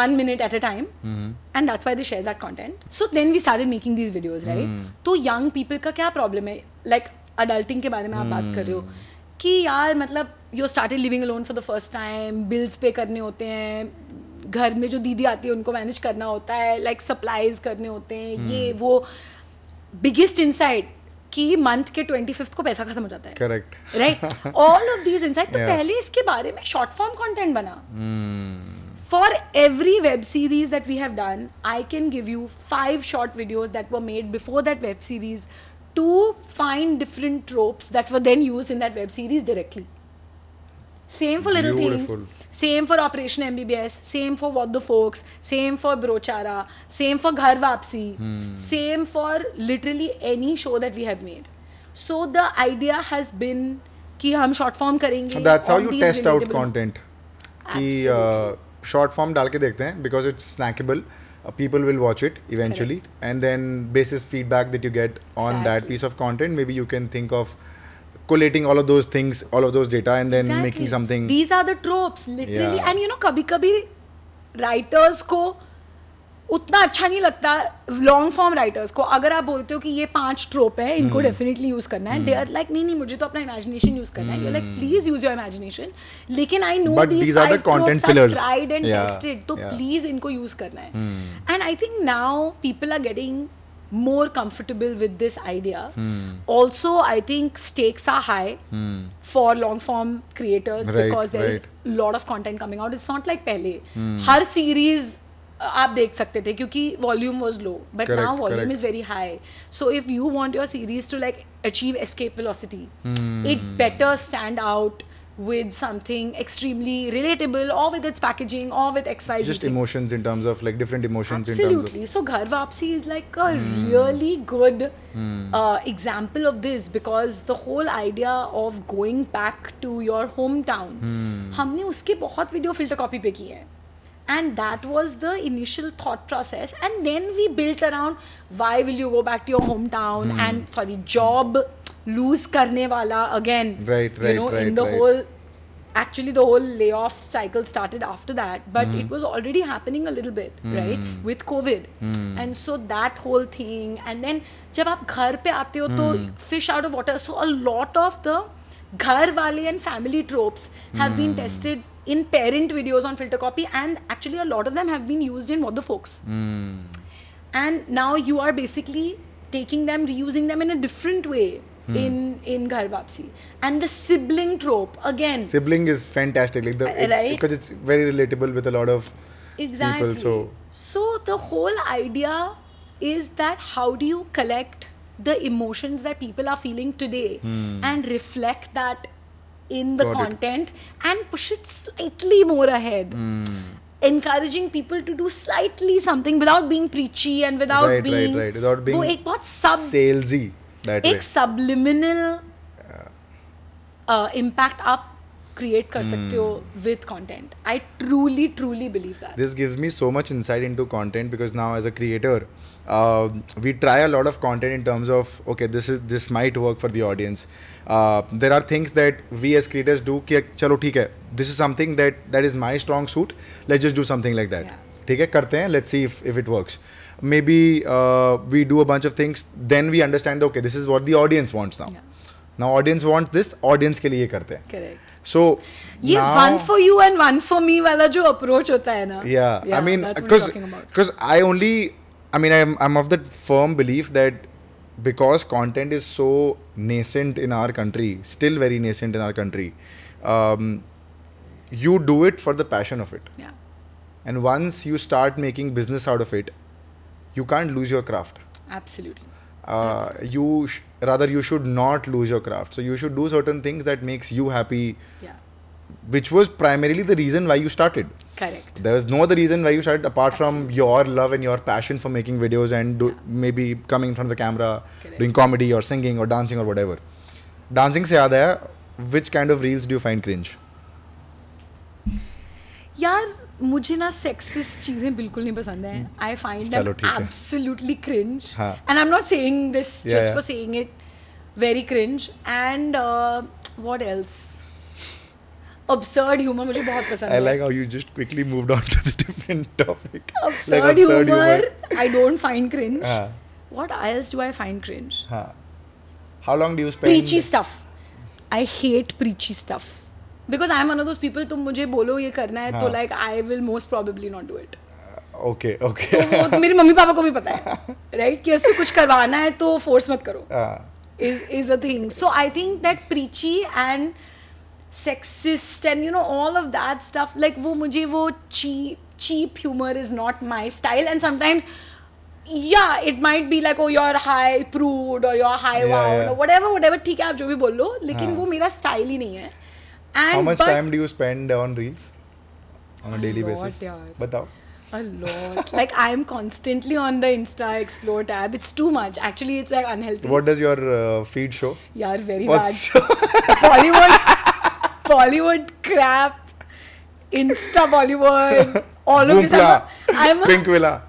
one minute at a time,
Mm-hmm.
and that's why they share that content. So then we started making these videos, right?
Hmm.
तो young people का क्या problem है? Like adulting के बारे में आप बात कर रहे हो
Hmm.
कि यार मतलब you started living alone for the first time, bills pay करने होते हैं घर में जो दीदी आती है उनको मैनेज करना होता है लाइक सप्लाईज करने होते हैं ये
Hmm.
वो बिगेस्ट इंसाइट कि मंथ के ट्वेंटी फिफ्थ को पैसा खत्म हो जाता है
Correct.
Right all of these insight तो
Yeah.
पहले इसके बारे में शॉर्ट फॉर्म कंटेंट बना for every web series that we have done I can give you five short videos that were made before that web series to find different tropes that were then use in that web series directly same for little
Beautiful.
things same for operation mbbs same for what the folks same for brochara same for ghar wapsi
Hmm.
same for literally any show that we have made so the idea has been कि हम short form करेंगे
That's how
on
you
these
test out
relatable-
content. कि
Absolutely.
Short form डाल के देखते हैं because it's snackable people will watch it eventually and then basis feedback that you get on that
Exactly.
Piece of content may be you can think of collating all of those things all of those data and then
Exactly.
making something
These are the tropes, literally.
Yeah.
And you know, कभी कभी writers को उतना अच्छा नहीं लगता long form writers को अगर आप बोलते हो कि ये पांच ट्रोप है
हम्म।
इनको डेफिनेटली यूज करना है दे आर लाइक नहीं नहीं मुझे तो अपना इमेजिनेशन यूज करना है like please use your imagination लेकिन I know
hmm. But these are the content pillars.
Tried and
Yeah,
tested तो
yeah.
प्लीज इनको यूज करना है
Hmm.
And I think now people are getting more comfortable with this idea
Hmm.
also i think stakes are high for long form creators
Right,
because there is
right. Hmm.
lot of content coming out it's not like पहले हर series आप देख सकते थे क्योंकि volume was low but
Correct,
now volume
correct.
Is very high so if you want your series to like achieve escape velocity
Hmm.
It better stand out with something extremely relatable or with its packaging or with xyz
just
things.
emotions in terms of like different emotions in terms Hmm.
Absolutely. So Ghar Vapsi is like a really good uh, example of this because the whole idea of going back to your hometown,
Hmm.
हमने उसके बहुत video filter copy पे किए हैं. And that was the initial thought process. And then we built around why will you go back to your hometown
Hmm.
and sorry, job lose करने वाला again.
Right,
You
right,
know, in
right,
the
right.
whole actually the whole layoff cycle started after that
Hmm.
but it was already happening a little bit right with covid
Hmm.
and so that whole thing and then जब आप घर पे आते हो तो
Hmm.
fish out of water so a lot of the घर वाले and family tropes have
Hmm.
been tested in parent videos on filter copy and actually a lot of them have been used in what the folks and now you are basically taking them reusing them in a different way
Hmm.
in in ghar wapsi and the sibling trope again
of sibling is fantastic like the it-
Uh, Right.
because it's very relatable with a lot of
exactly
so-
So the whole idea is that how do you collect the emotions that people are feeling today and reflect that in the
Hmm. Got it.
content and push it slightly more ahead
Hmm.
encouraging people to do slightly something without being preachy and without
Right, right,
being
right. Without being
वो एक बहुत sub
salesy that
एक
way
subliminal impact आप create कर सकते हो
Hmm.
With content I truly truly believe that
this gives me so much insight into content because now as a creator uh, we try a lot of content in terms of okay this is this might work for the audience uh, there are things that we as creators do कि चलो ठीक है this is something that that is my strong suit let's just do something like that
Yeah.
ठीक है करते हैं let's see if if it works maybe uh, we do a bunch of things then we understand okay this is what the audience wants now
Yeah.
now audience wants this audience के लिए करते हैं
correct
so
ये
now-
one for you and one for me वाला जो approach होता है ना
yeah, i mean
that's what we're
because
talking about.
because i only i mean i'm i'm of the firm belief that because content is so nascent in our country still very nascent in our country um, you do it for the passion of it
yeah
and once you start making business out of it you can't lose your craft
absolutely
uh, you sh- rather you should not lose your craft so you should do certain things that makes you happy
yeah
which was primarily the reason why you started
correct
there was no other reason why you started apart from your love and your passion for making videos and do, maybe coming in front of the camera,
Correct.
doing comedy or singing or dancing or whatever. Dancing se yaad hai, which kind of reels do you find cringe?
यार मुझे ना sexist चीजें बिल्कुल नहीं पसंद हैं I find
hmm. चलो, ठीक है।
एब्सोल्युटली क्रिंज
हाँ।
And I am not saying this
Yeah,
just
yeah.
For saying it very cringe and what else uh, absurd humor मुझे बहुत पसंद
I
है
like how you just quickly moved on to the different topic. Like
absurd, humor, I don't find cringe.
हाँ.
What else do I find cringe?
Huh. How long do you spend?
Preachy stuff. I hate preachy stuff. Because I'm one of those people, तुम मुझे बोलो ये करना है तो
हाँ.
like I will most probably not do it.
Okay,
तो
okay.
वो तो मेरे मम्मी पापा को भी पता है right कि ऐसे कुछ करवाना है तो force मत करो
Ah,
is is a thing. So I think that preachy and sexist and you know all of that stuff like वो मुझे वो cheap cheap humor is not my style and sometimes yeah it might be like oh you're high prude or you're high
Yeah,
wound
yeah.
or whatever whatever ठीक है आप जो भी बोल लो लेकिन
हाँ.
वो मेरा style ही नहीं है and
how much
but
time do you spend on reels on a daily
lot,
basis?
yaar.
Batao.
a lot like I'm constantly on the Insta Explore tab it's too much actually it's like unhealthy
What does your uh, feed show?
यार very bad
What's
Bollywood, Bollywood crap, Insta Bollywood, all of this.
Voopla,
I'm Oh, a, I'm
Pink
a,
Villa.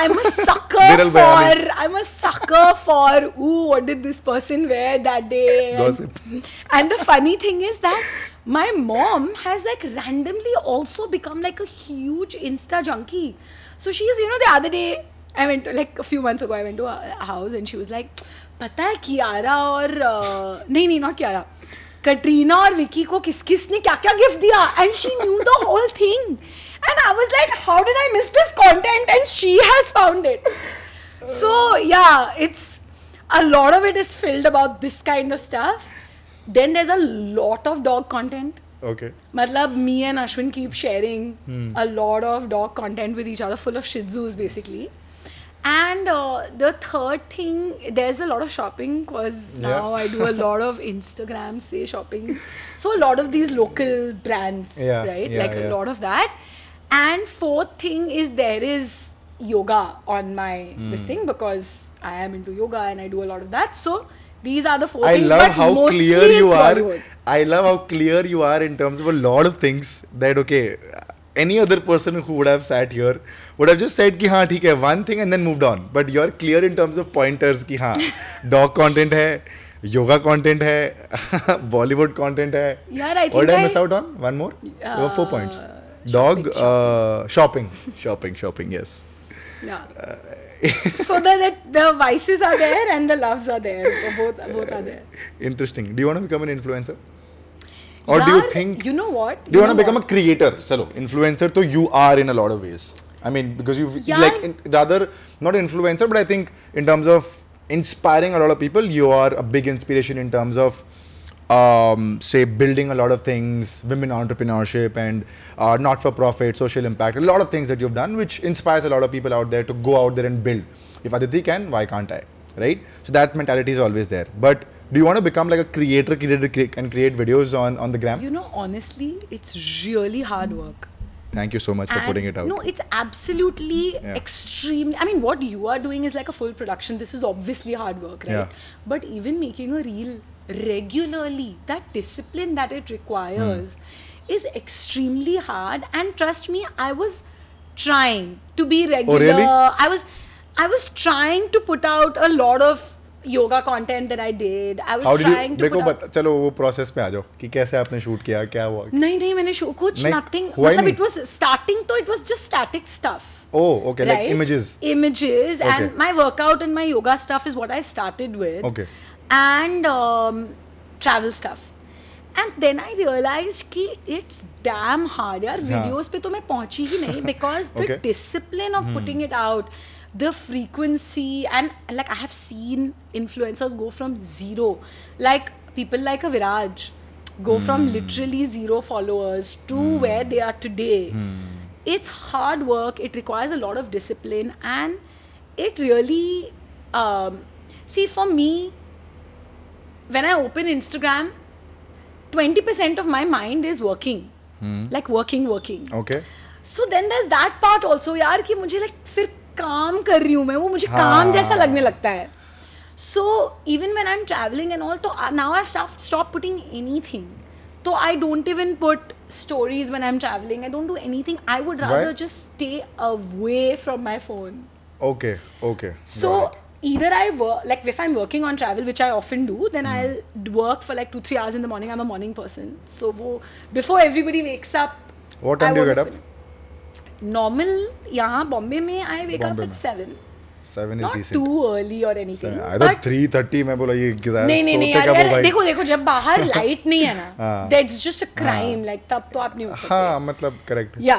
I'm a sucker
Viral Bayani.
for. I'm a sucker for. Ooh, what did this person wear that day? And-
Gossip.
And the funny thing is that my mom has like randomly also become like a huge Insta junkie. So she's, you know, the other day I went to, like a few months ago I went to a a house and she was like, पता है कियारा और uh, नहीं नहीं not Kiara Katrina और विकी को किस किस ने क्या क्या गिफ्ट दिया and she knew the whole thing and I was like how did I miss this content and she has found it so yeah it's a lot of it is filled about this kind of stuff then there's a lot of dog content
Okay.
matlab me and ashwin keep sharing
Hmm.
a lot of dog content with each other full of shih tzus basically and uh, the third thing there's a lot of shopping because
Yeah.
now i do a lot of instagram say shopping so a lot of these local brands
Yeah,
right
yeah,
like a
yeah.
lot of that and fourth thing is there is yoga on my
Hmm.
this thing because i am into yoga and i do a lot of that so these are the four
I
things
love
but
how
Oh, mostly
clear you
it's
are.
Bollywood.
I love how clear you are in terms of a lot of things that okay, any other person who would have sat here would have just said ki हाँ ठीक है one thing and then moved on. But you're clear in terms of pointers ki हाँ dog content है, yoga content है, Bollywood content है.
Yaar, I
what
think
did I
I-
miss out on? One more. there were four
Uh,
points. Dog shopping. Uh, shopping, shopping, shopping. Yes.
yeah
Uh,
so the, the the vices are there and the loves are there both both are there
Interesting. Do you want to become an influencer? Or do you
Yaar,
think
you know what
Do you want
know
to become
what?
a creator? Chalo, influencer to you are in a lot of ways. I mean, because you've
Yeah.
like in, rather not influencer, but I think in terms of inspiring a lot of people, you are a big inspiration in terms of um, say building a lot of things, women entrepreneurship and uh, not-for-profit, social impact, a lot of things that you've done, which inspires a lot of people out there to go out there and build. If Aditi can, why can't I? Right? So that mentality is always there. But do you want to become like a creator, creator, cre- and create videos on on the gram?
you know honestly it's really hard work
Thank you so much for
And-
putting it out.
No, it's absolutely
Yeah.
extremely. I mean, what you are doing is like a full production. This is obviously hard work, right?
Yeah.
But even making a reel regularly, that discipline that it requires
Hmm.
is extremely hard. And trust me, I was trying to be
Oh,
regular. I was, I was trying to put out a lot of yoga content that I did. I was
How did
trying
you?
to
देखो
put out-
बता, चलो वो process पे आ जाओ कि कैसे आपने shoot किया क्या हुआ
नहीं नहीं मैंने शो कुछ
नहीं,
नथिंग
हुआ ही
मतलब
नहीं।
इट वाज स्टार्टिंग तो it was just static stuff
Oh, okay, like images.
images
Okay.
and my workout and my yoga stuff is what i started with
Okay.
and um, travel stuff and then i realized ki it's damn hard yaar videos पे तो मैं पहुंची ही नहीं because the
Okay.
discipline of putting it out the frequency and like i have seen influencers go from zero like people like a viraj go from literally zero followers to where they are today it's hard work it requires a lot of discipline and it really um, see for me when I open Instagram, 20% of my mind is working. Like working, working.
Okay.
So then there's that part also, यार कि मुझे like फिर काम कर रही हूँ मैं वो मुझे
हाँ.
काम जैसा लगने लगता है uh, So even when I'm traveling and all, तो now I've stopped, stopped putting anything. So I don't even put stories when I'm traveling. I don't do anything. I would
Why?
rather just stay away from my phone.
Okay, okay.
So either I work like if I'm working on travel, which I often do,
Hmm.
then I'll d- work for like two three hours in the morning. I'm a morning person, so wo, before everybody wakes up.
What time
I
do you
wanna
get up?
finish. Normal यहाँ बॉम्बे में I wake up
Bombay
at
में.
7
seven is
not
decent
too early और anything
I thought 3:30 मैं बोला ये किधर
नहीं नहीं नहीं
सोते
यार
कब हो
यार,
भाई
देखो देखो जब बाहर लाइट नहीं है ना
हाँ.
That's just a crime like तब तो आप नहीं उठ सकते
हाँ मतलब करेक्ट
या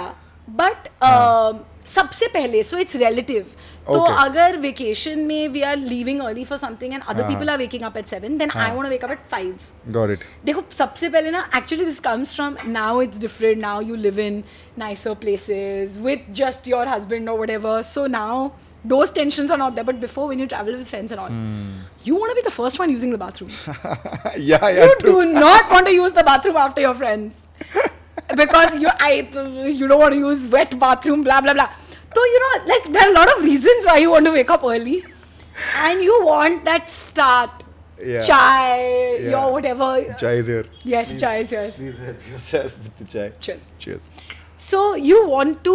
बट um, सबसे पहले सो इट्स रिलेटिव तो
Okay.
अगर वेकेशन में we are leaving early for something and other people are waking up at seven then I want wake up at five
got it
देखो सबसे पहले ना actually this comes from now it's different now you live in nicer places with just your husband और whatever so now those tensions are not there but before when you travel with friends and all you want to be the first one using the bathroom
या या
you do not want to use the bathroom after your friends because you I you don't want to use wet bathroom blah blah blah so you know like there are a lot of reasons why you want to wake up early and you want that start
Yeah.
chai
Yeah.
your whatever
chai is here
yes chai is here
Please help yourself with the chai.
cheers
cheers
so you want to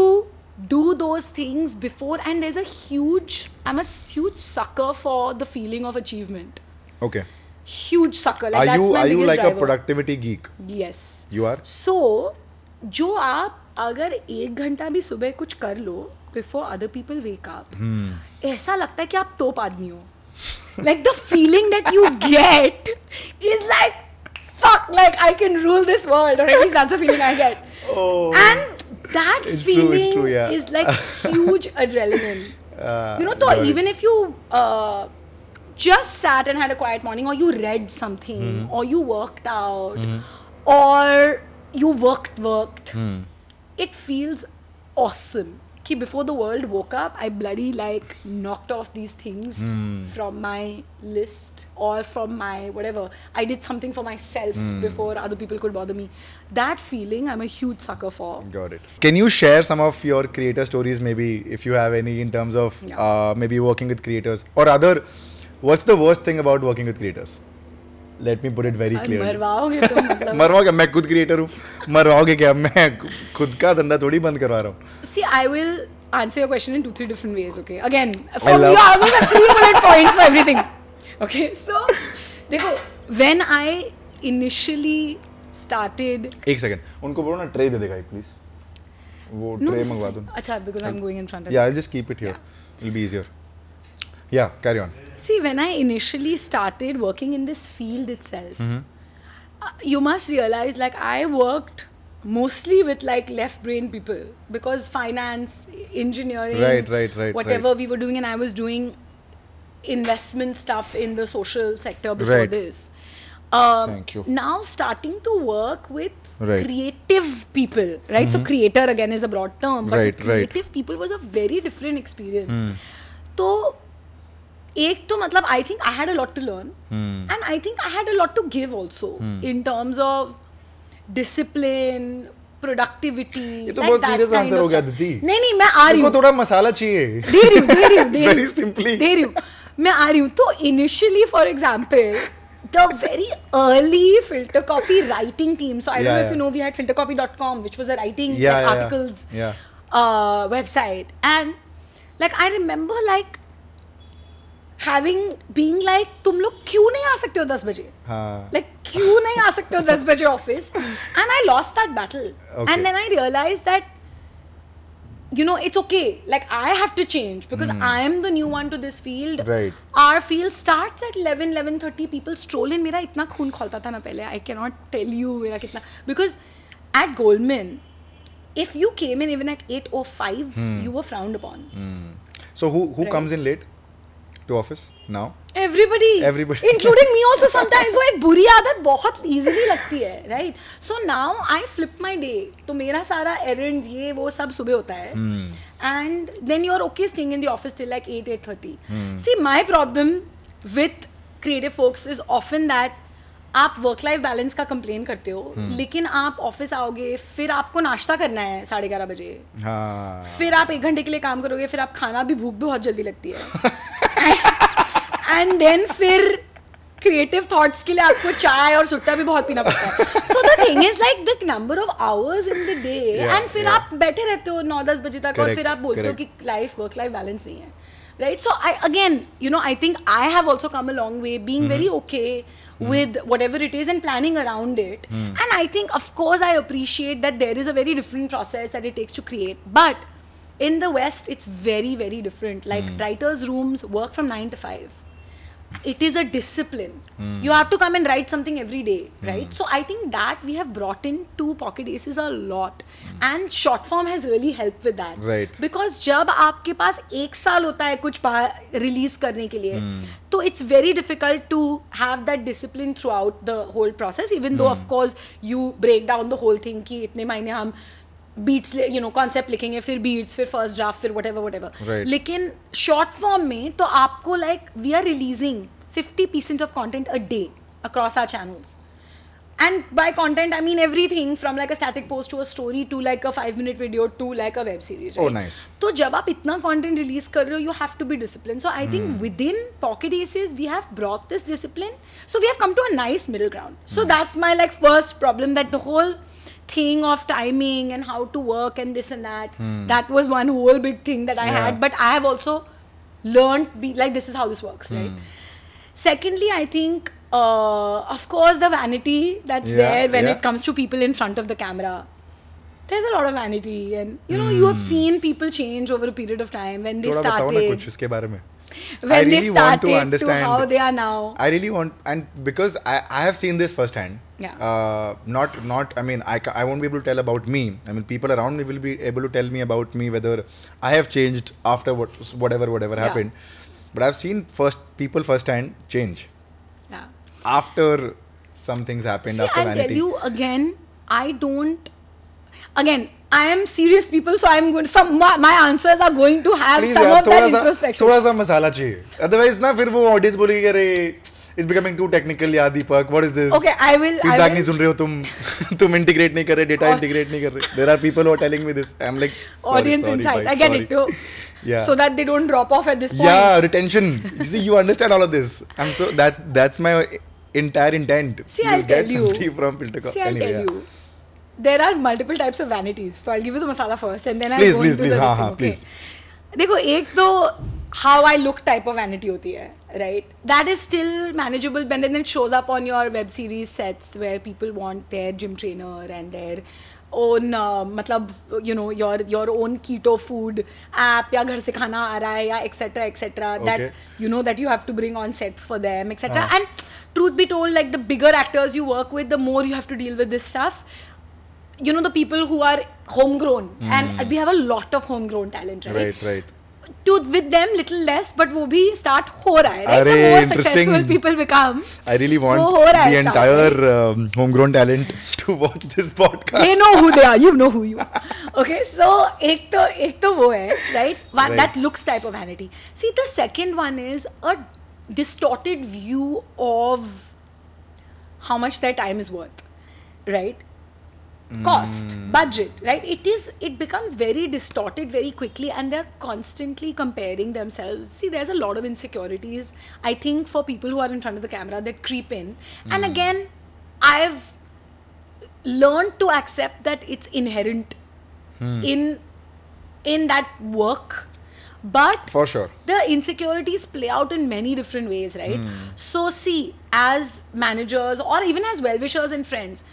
do those things before and there's a huge I'm a huge sucker for the feeling of achievement
okay
huge sucker like
are
that's
you
my
are you
biggest
like a
driver.
Productivity geek
yes
you are
so जो आप अगर एक घंटा भी सुबह कुछ कर लो before other people wake
hmm.
Up ऐसा लगता है कि आप तोप आदमी हो like the feeling that you get is like fuck like i can rule this world or at least that's the feeling i get
Oh.
and
It's
that
true, it's
feeling
true, yeah.
is like huge adrenaline
Uh,
you know so
got it.
even if you uh, just sat and had a quiet morning or you read something
Mm-hmm.
or you worked out or you worked worked
Mm.
it feels awesome Ki before the world woke up i bloody like knocked off these things
Mm.
from my list or from my whatever i did something for myself
Mm.
before other people could bother me that feeling i'm a huge sucker for
Got it. Can you share some of your creator stories, maybe if you have any, in terms of
Yeah.
uh, maybe working with creators, or other? What's the worst thing about working with creators? Let me put it very
अरे
clearly.
मरवाओगे तुम मतलब
मरवाओगे मैं खुद creator हूँ मरवाओगे क्या मैं खुद का धंधा थोड़ी बंद करवा रहा हूँ
See, I will answer your question in two, three different ways. Okay. Again, from
love-
you, I will have three bullet points for everything. Okay. So, देखो, when I initially started,
एक सेकंड उनको बोलो ना tray दे देगा please वो
no,
tray
this-
मंगवा दो
अच्छा, because I'm going in front of.
या I just keep it here will be easier या carry on
See, when I initially started working in this field itself,
Mm-hmm.
uh, you must realize like I worked mostly with like left brain people because finance, engineering,
Right, right, right,
whatever we were doing, and I was doing investment stuff in the social sector before
Right.
this. Um,
Thank you.
Now starting to work with
Right. Mm-hmm.
creative people, right? So creator again is a broad term, but
Right, Hmm. right.
creative people was a very different experience. So एक तो मतलब I think I had a lot to learn
Hmm.
And I think I had a lot to give also in terms of discipline productivity
ये तो बहुत serious answer हो गया, Aditi.
नहीं नहीं मैं आ रही
मेरे
हूँ
को थोड़ा मसाला चाहिए
दे रही हूँ दे रही हूँ दे
Very
रही हूँ,
simply.
दे रही हूँ मैं आ रही हूँ तो initially for example the very early filter copy writing team so i don't
Yeah,
know
yeah.
if you know we had filtercopy.com which was a writing
Yeah,
like,
yeah, yeah.
articles
Yeah.
Uh, website and like i remember like having being like तुम लोग क्यों नहीं आ सकते हो दस बजे
हाँ
like क्यों नहीं आ सकते हो दस बजे office and I lost that battle
Okay.
and then I realized that you know it's okay like I have to change because I am the new one to this field
Hmm. Right.
our field starts at 11 11:30 people stroll in मेरा इतना खून खोलता था ना पहले I cannot tell you मेरा कितना because at Goldman if you came in even at 8:05
Hmm.
you were frowned upon
so who who
Right.
Comes in late to office now
everybody
Everybody.
Including me also sometimes वो एक बुरी आदत बहुत easily लगती है right so now I flip my day तो मेरा सारा एरेंड ये वो सब सुबह होता है and then you are okay staying in the office till like eight eight thirty see my problem with creative folks is often that आप वर्क लाइफ बैलेंस का कंप्लेन करते हो लेकिन आप ऑफिस आओगे फिर आपको नाश्ता करना है साढ़े ग्यारह बजे
हाँ
फिर आप एक घंटे के लिए काम करोगे फिर आप खाना भी भूख भी बहुत जल्दी लगती है एंड देन फिर क्रिएटिव थॉट्स के लिए आपको चाय और सुट्टा भी बहुत पीना पड़ता है so the thing is like the number of hours in the day
Yeah,
and फिर
yeah.
आप बैठे रहते हो नौ दस बजे तक और
Correct,
फिर आप बोलते हो
correct.
कि लाइफ वर्क लाइफ बैलेंस नहीं है right so I again you know I think I have also come a long way being very okay with whatever it is and planning around it and i think of course i appreciate that there is a very different process that it takes to create but in the west it's very very different like writers rooms work from 9 to 5 it is a discipline you have to come and write something every day right so i think that we have brought in two pocket aces a lot and short form has really helped with that
Right.
Because जब आपके पास एक साल होता है कुछ release करने के लिए
Hmm.
तो it's very difficult to have that discipline throughout the whole process even though
Hmm.
Of course you break down the whole thing कि इतने महीने हम बीट्स यू नो कॉन्सेप्ट लिखेंगे फिर बीट्स फिर फर्स्ट ड्राफ्ट फिर वट एवर वट
Right.
लेकिन short form में तो आपको like we are releasing fifty percent of content a day across our channels and by content i mean everything from like a static post to a story to like a 5 minute video to like a web series
Oh,
right?
nice.
तो जब आप इतना content release कर रहे हो you have to be discipline so I
Hmm.
Think within Pocket Aces we have brought this discipline so we have come to a nice middle ground
Hmm.
So that's my like first problem that the whole thing of timing and how to work and this and that that was one whole big thing that I
Hmm. Yeah.
Had but I have also learned be like this is how this works right
Hmm.
secondly i think uh, of course the vanity that's
Yeah,
there when
yeah.
it comes to people in front of the camera there's a lot of vanity and you know you have seen people change over a period of time when they
Hmm. थोड़ा बताओ ना
started
कुछ इसके बारे में I
when they
really want to
started to
understand-
how they are now
I really want, and because I, I have seen this firsthand.
Yeah.
Uh, not not I mean I, ca- I won't be able to tell about me. I mean people around me will be able to tell me about me whether I have changed after what whatever whatever
Yeah.
happened. But I've seen first people firsthand change
yeah
after some things happened
See,
after
I'll
vanity.
tell you again. I don't. Again, I am serious people, so I'm going. Some my, my answers are going to have
Please
some
यार
of
थोड़ा
that
सा
introspection.
थोड़ा सा मसाला चाहिए. Otherwise ना फिर वो audience बोलेगी अरे it's becoming too technical यार दीपक what is this?
Okay, I will- I
Feedback
will-
नहीं सुन रहे हो तुम तुम integrate नहीं कर रहे data
Or-
integrate नहीं कर रहे. There are people who are telling me this. I'm like sorry,
Audience
sorry,
insights.
bhai,
I get
sorry.
it too.
Yeah.
So that they don't drop off at this point.
Yeah, retention. You see, you understand all of this. I'm so that's that's my entire intent.
See,
You'll
I'll
get
tell you.
somebody from Filter
See, I'll
anyway,
tell
yeah.
you. There are multiple types of vanities. So I'll give you the masala first and then I'll
Please,
go
please,
into
please.
the
हाँ,
this
हाँ,
thing, okay?
please.
देखो एक तो how I look type of vanity होती है right that is still manageable बेन and shows up on your web series sets where people want their gym trainer and their own मतलब you know your your own keto food app या घर से खाना आ रहा है या etcetera etcetera that
Okay.
you know that you have to bring on set for them etc and truth be told like the bigger actors you work with the more you have to deal with this stuff you know the people who are homegrown and we have a lot of homegrown talent right,
Right, right.
To, with them little less but wo bhi start ho raha hai right? the
Arey,
more
interesting.
successful people become
I really want
वो हो रहा है
the
stuff,
entire um, homegrown talent to watch this podcast.
they know who they are you know who you are okay so ek to ek to wo hai right one
Right.
that looks type of vanity see the second one is a distorted view of how much their time is worth right cost budget right it is it becomes very distorted very quickly and they're constantly comparing themselves see there's a lot of insecurities i think for people who are in front of the camera that creep in and again i've learned to accept that it's inherent in in that work but
For sure.
the insecurities play out in many different ways, right? So, see, as managers or even as well wishers and friends,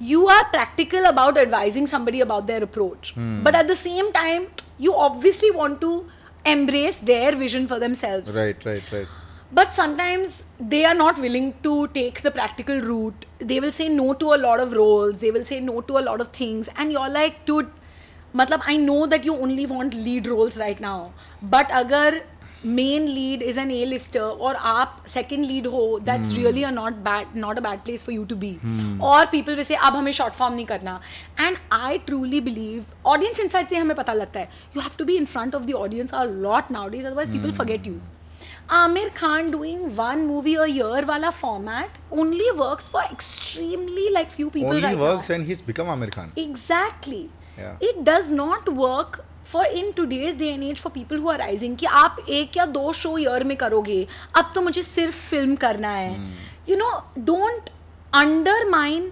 you are practical about advising somebody about their approach. But at the same time, you obviously want to embrace their vision for themselves.
Right, right, right.
But sometimes they are not willing to take the practical route. They will say no to a lot of roles. They will say no to a lot of things. And you're like, dude, matlab, I know that you only want lead roles right now. But agar main lead is an A-lister or aap second lead ho, that's really a not bad not a bad place for you to be. Or people will say, ab हमें short form नहीं करना. And I truly believe audience insight से हमें पता लगता है. You have to be in front of the audience a lot nowadays, otherwise people forget you. Amir Khan doing one movie a year wala format only works for extremely like few people
Only
right
works
now.
and he's become Amir Khan.
exactly.
Yeah.
It does not work for in today's day and age for people who are rising कि आप एक या दो show year में करोगे अब तो मुझे सिर्फ फिल्म करना है
Hmm.
You know don't undermine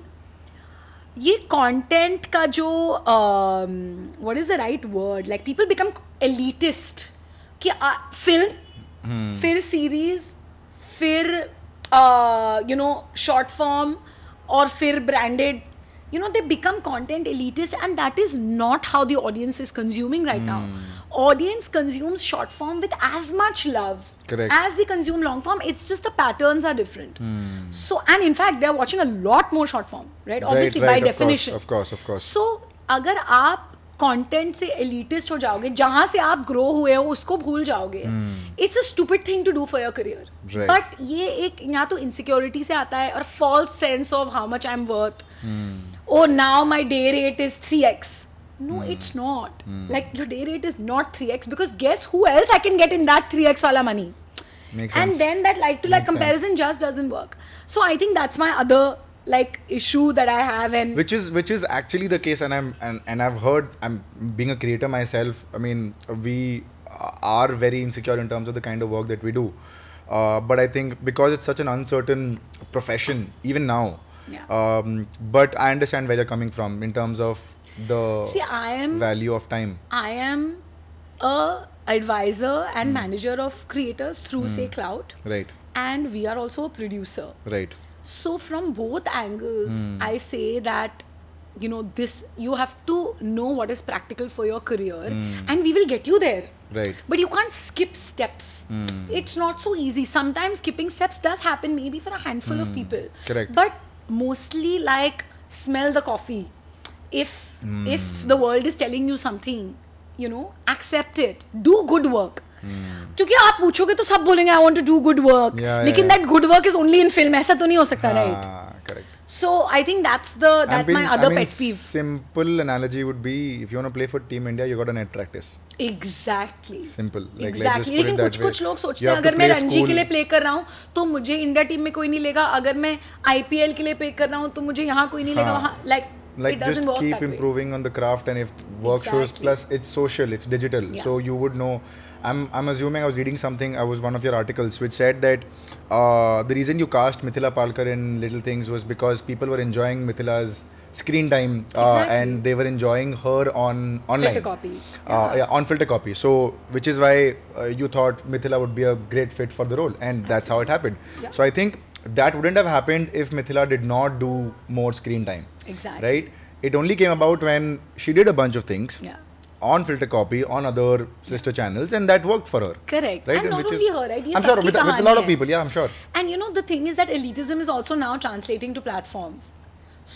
ये कंटेंट का जो um, what is the right word like people become elitist कि आ- फिल्म फिर सीरीज फिर uh, you know short form और फिर branded you know they become content elitist and that is not how the audience is consuming right now audience consumes short form with as much love
Correct.
as they consume long form it's just the patterns are different so and in fact they're watching a lot more short form right obviously
right,
by
of course,
definition
of course, of course.
So अगर आप content से elitist हो जाओगे जहां से आप grow हुए हो उसको भूल जाओगे it's a stupid thing to do for your career
Hmm. Right.
But ये एक या तो इनसिक्योरिटी से आता है और false sense of how much I am worth
Hmm.
Oh now my day rate is three x No,
Hmm.
it's not. Like your day rate is not 3x because guess who else I can get in that 3x wala money?
Makes
and
sense.
then that like to
Makes
like
sense.
comparison just doesn't work. So I think that's my other like issue that I have and
which is which is actually the case and i'm and, and i've heard i'm being a creator myself i mean we are very insecure in terms of the kind of work that we do uh, but i think because it's such an uncertain profession even now
Yeah.
um, but i understand where you're coming from in terms of the
See, I am
value of time
I am a advisor and manager of creators through Say Cloud,
right
and we are also a producer.
right
So from both angles,
Hmm.
I say that you know this. You have to know what is practical for your career, and we will get you there.
Hmm. right Hmm.
But you can't skip steps. It's not so easy. Sometimes skipping steps does happen, maybe for a handful of people.
Hmm. Correct.
But mostly, like smell the coffee. If
Hmm.
if the world is telling you something, you know, accept it. Do good work. क्योंकि आप पूछोगे तो सब बोलेंगे I want to do good work
Hmm. Yeah,
लेकिन
yeah,
that good work is only in film ऐसा तो नहीं हो सकता right
Ah, correct
so I think that's the
I
that's my
mean- I
other
mean,
pet peeve
simple analogy would be if you want to play for team india you got to net practice
exactly
Simple. Like, let's just
exactly
put it
लेकिन
that
कुछ
way.
कुछ लोग सोचते
You
हैं
have to
अगर मैं
play
Ranji के
school.
लिए प्ले कर रहा हूँ तो मुझे इंडिया टीम में कोई नहीं लेगा अगर मैं आईपीएल के लिए प्ले कर रहा हूँ तो मुझे यहाँ कोई नहीं लेगा
हाँ.
वहाँ like
like just keep improving on the craft and if work shows
Exactly.
plus it's social it's digital
Yeah.
so you would know I'm, I'm assuming i was reading something i was one of your articles which said that uh, the reason you cast mithila palkar in little things was because people were enjoying mithila's screen time uh,
Exactly.
and they were enjoying her on online
Filter copy.
uh, yeah, on filter copy so which is why uh, you thought mithila would be a great fit for the role and that's how it happened
Yeah.
so i think that wouldn't have happened if mithila did not do more screen time
Exactly.
right it only came about when she did a bunch of things
Yeah.
on filter copy on other sister channels and that worked for her
correct
right
and not
Which
only
is-
her right
i'm sure with, with a lot of people yeah i'm sure
And you know, the thing is that elitism is also now translating to platforms.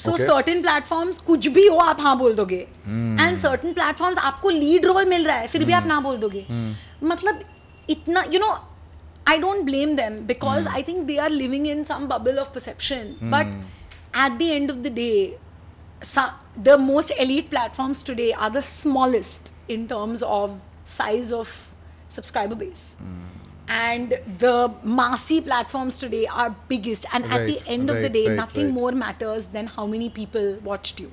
So
Okay.
certain platforms कुछ भी हो आप हाँ बोल दोगे
hmm.
And certain platforms आपको lead role मिल रहा है फिर भी आप ना बोल दोगे
हम्म।
मतलब इतना you know I don't blame them because
hmm.
I think they are living in some bubble of perception but at the end of the day so- the most elite platforms today are the smallest in terms of size of subscriber base.
Hmm.
And the massy platforms today are biggest. And at the
Right,
end of the
right,
day,
right,
nothing
right.
more matters than how many people watched you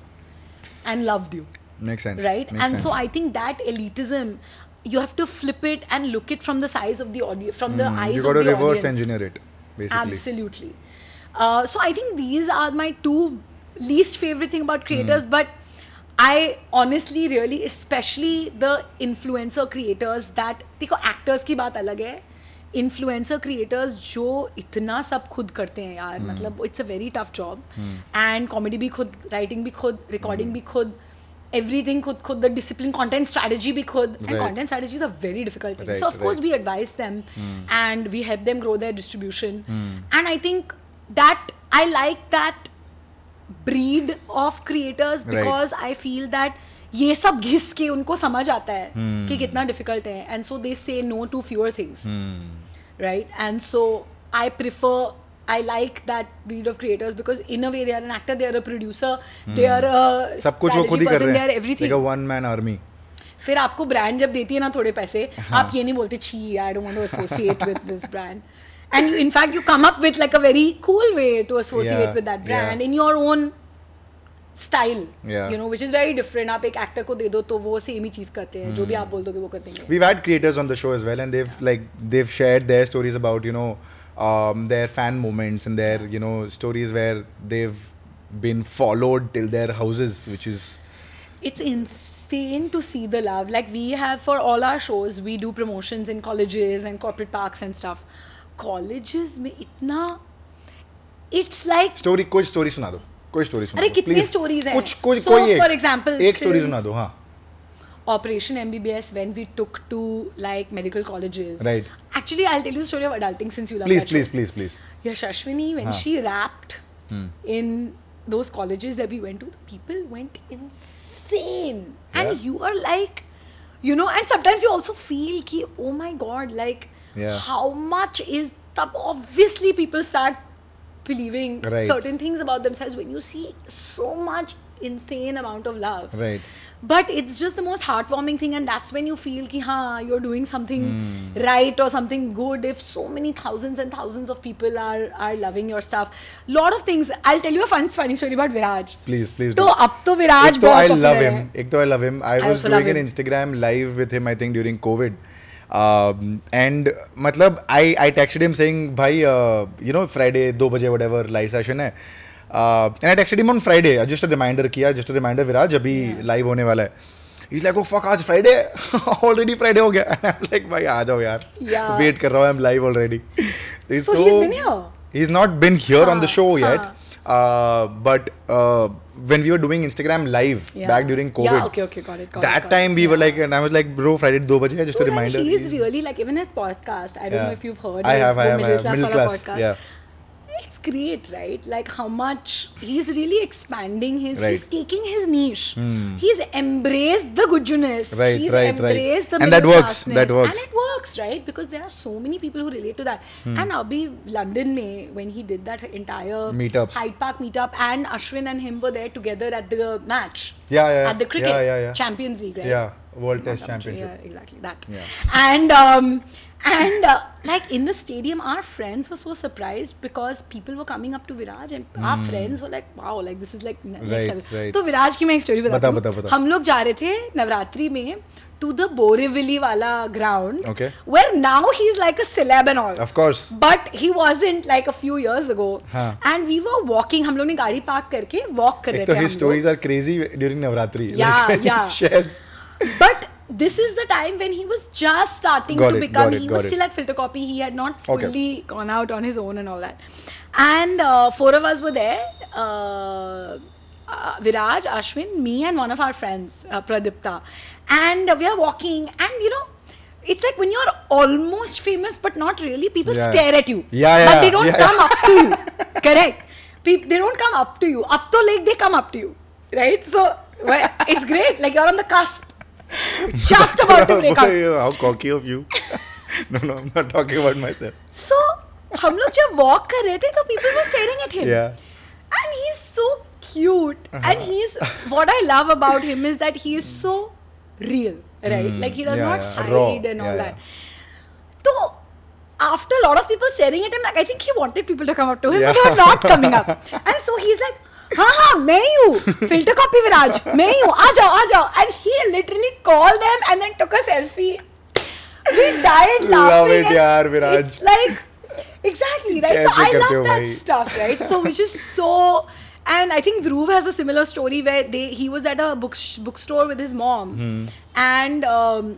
and loved you
makes sense
right
Makes
and
sense.
so i think that elitism you have to flip it and look it from the size of the audience from the eyes
Hmm. you got
of
to
the
reverse
audience
engineer it basically
absolutely uh, so i think these are my two least favorite thing about creators
Hmm.
but i honestly really especially the influencer creators that देखो actors की बात अलग है influencer creators जो इतना सब खुद करते हैं यार
Hmm.
मतलब it's a very tough job and comedy भी खुद writing भी खुद recording
Hmm.
भी खुद everything खुद खुद the discipline content strategy भी खुद and
Right.
content strategies are very difficult things
Right, Hmm.
so of course
right.
we we advise them and we help them grow their distribution
Hmm.
and i think that i like that breed of creators
Right.
because i feel that ये सब घिस के उनको समझ आता है
Hmm.
कि कितना डिफिकल्ट है and so they say no to fewer things
Hmm.
Right and so I prefer I like that breed of creators because in a way they are an actor they are a producer they are
Hmm. सब कुछ वो खुद ही कर रहे
are
हैं like a
everything
one man army
फिर आपको brand जब देती है ना थोड़े पैसे
हाँ।
आप ये नहीं बोलते छी I don't want to associate with this brand and in fact you come up with like a very cool way to associate
Yeah,
with that brand
yeah.
In your own style
Yeah.
You know which is very different आप एक actor को दे दो तो वो same ही चीज करते हैं जो
Hmm.
भी आप बोल दोगे वो कर देंगे
We've had creators on the show as well, and they've like they've shared their stories about you know um, their fan moments and their you know stories where they've been followed till their houses, which is
it's insane to see the love like we have for all our shows we do promotions in colleges and corporate parks and stuff colleges में इतना it's like
story. कोई story सुना दो, कोई story सुना
अरे
दो,
कितनी
please.
stories हैं?
कुछ कुछ
So,
कोई एक,
for example,
एक story
since-
सुना दो हाँ
operation mbbs when we took to like medical colleges
Right.
actually i'll tell you the story of adulting since you love
please
that
please Hmm.
show.
please please
Yashashwini, when she rapped in those colleges that we went to, the people went insane. And
Yeah.
you are like, you know, and sometimes you also feel ki, oh my god, like
Yeah.
how much is tab obviously people start believing
Right.
certain things about themselves when you see so much insane amount of love.
right
But it's just the most heartwarming thing, and that's when you feel ki ha, you're doing something
Hmm.
right or something good. If so many thousands and thousands of people are are loving your stuff, lot of things. I'll tell you a fun funny story about Viraj.
please please.
तो
do.
अब तो विराज
एक तो
बहुत
I love
popular
him
है।
एक तो I love him I
I
was
also love
doing an
him.
Instagram live with him I think during COVID and Um, मतलब I I texted him saying भाई uh, यू नो फ्राइडे दो बजे whatever live session है Uh, and I texted him on Friday just a reminder किया just a reminder Viraj अभी live होने वाला है He's like, oh fuck, आज फ्राइडे ऑलरेडी फ्राइडे हो गया And I'm like, भाई आ जाओ यार
Yeah.
वेट कर रहा हूँ I am live already
So he's been here?
He's not been here on the
Huh,
show yet.
huh.
Uh, but uh, when we were doing Instagram live
Yeah.
back during COVID,
Yeah, okay, okay, got it. Got it,
that
got
time
it.
we were
Yeah.
like, and I was like, bro, Friday 2 baje, hai, just a
Dude, and
reminder.
he is
please."
really like even his podcast. I don't know if you've heard.
I
his
have, I
वो
have, I
middle
have.
class
Middle
वाला
class.
podcast.
Yeah.
It's great, right? Like how much he's really expanding his. He's
Right. Hmm.
taking his niche. He's embraced the goodness.
Right,
he's
right, right.
embraced the
And that
middle
works, that
classness.
works.
And it works, right? Because there are so many people who relate to that.
Hmm.
And Abhi London May when he did that entire
Meetup.
Hyde Park meetup, and Ashwin and him were there together at the match.
Yeah, yeah,
At the
yeah,
cricket
yeah, yeah.
Champions League, right?
Yeah, World Test
Not commentary,
Championship.
Yeah, exactly that.
Yeah.
And um, and uh, like in the stadium, our friends were so surprised because people were coming up to Viraj and our friends were like, wow, like this is like ne- next
Hmm. Right,
level.
right.
तो विराज की मैं एक story
बता,
बताता
बता,
हूँ
बता।
हम लोग जा रहे थे नवरात्रि में टू द बोरेविली वाला ground
Okay.
Where now he is like a celeb and all
Of course.
But he wasn't like a few years ago
हाँ।
and we were walking हम लोग ने गाड़ी पार्क करके वॉक कर रहे
Ek
थे
to
हम
his
लोग
stories are crazy during Navratri.
Yeah,
like when
yeah.
He shares.
But this is the time when he was just starting
Got
to
it,
become.
got it,
he
got
was
it.
still at filter copy. He had not
Okay.
fully gone out on his own and all that. And uh, four of us were there. Uh, uh, Viraj, Ashwin, me, and one of our friends, uh, Pradipta. And uh, we are walking, and you know, it's like when you're almost famous but not really, people
Yeah.
stare at you.
Yeah, yeah,
But they don't
yeah.
come up to you. Correct. Peop they don't come up to you. Up to like they come up to you. Right? So well, it's great. Like you're on the cusp. Just about to break out.
Boy, How cocky of you. no, no, I'm not talking about myself.
So हम लोग जब walk कर रहे थे तो people were staring at him
Yeah. Uh-huh.
And he is so cute and he is what I love about him is that he is so real right like he does
Hmm. Yeah,
not
yeah, raw.
Hide and
Yeah,
all
yeah.
That So after a lot of people staring at him, like I think he wanted people to come up to him,
Yeah.
but they were not coming up. And so he's like, "Ha ha, मैं ही हूँ. Filter copy Viraj, मैं ही हूँ. आ जाओ, आ जाओ." And he literally called them and then took a selfie. We died laughing.
Love it,
and
yaar, Viraj.
It's like exactly right. So
कैसे
I
करते
love
हो
that
भाई?
stuff, right? So which is so. And I think Dhruv has a similar story where they he was at a book bookstore with his mom,
Hmm.
and. Um,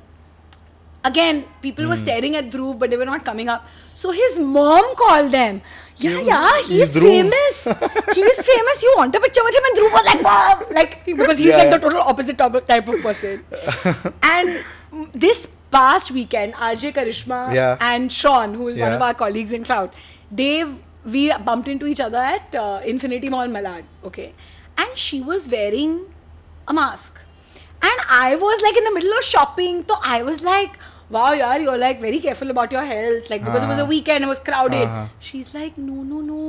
again people
Hmm.
were staring at Dhruv but they were not coming up so his mom called them yeah yeah he's,
he's Dhruv."
famous he's famous you want a picture with him and Dhruv was like mom like because he's
Yeah,
like the
yeah.
total opposite type of- type of person and mm, this past weekend RJ Karishma
Yeah.
and Sean who is one
Yeah.
of our colleagues in Cloud they've we bumped into each other at uh, Infinity Mall Malad okay and she was wearing a mask. And I was like in the middle of shopping, so I was like, wow, yeah, you're like very careful about your health. Like, because it was a
Uh-huh.
weekend, it was crowded.
Uh-huh.
She's like, no, no, no,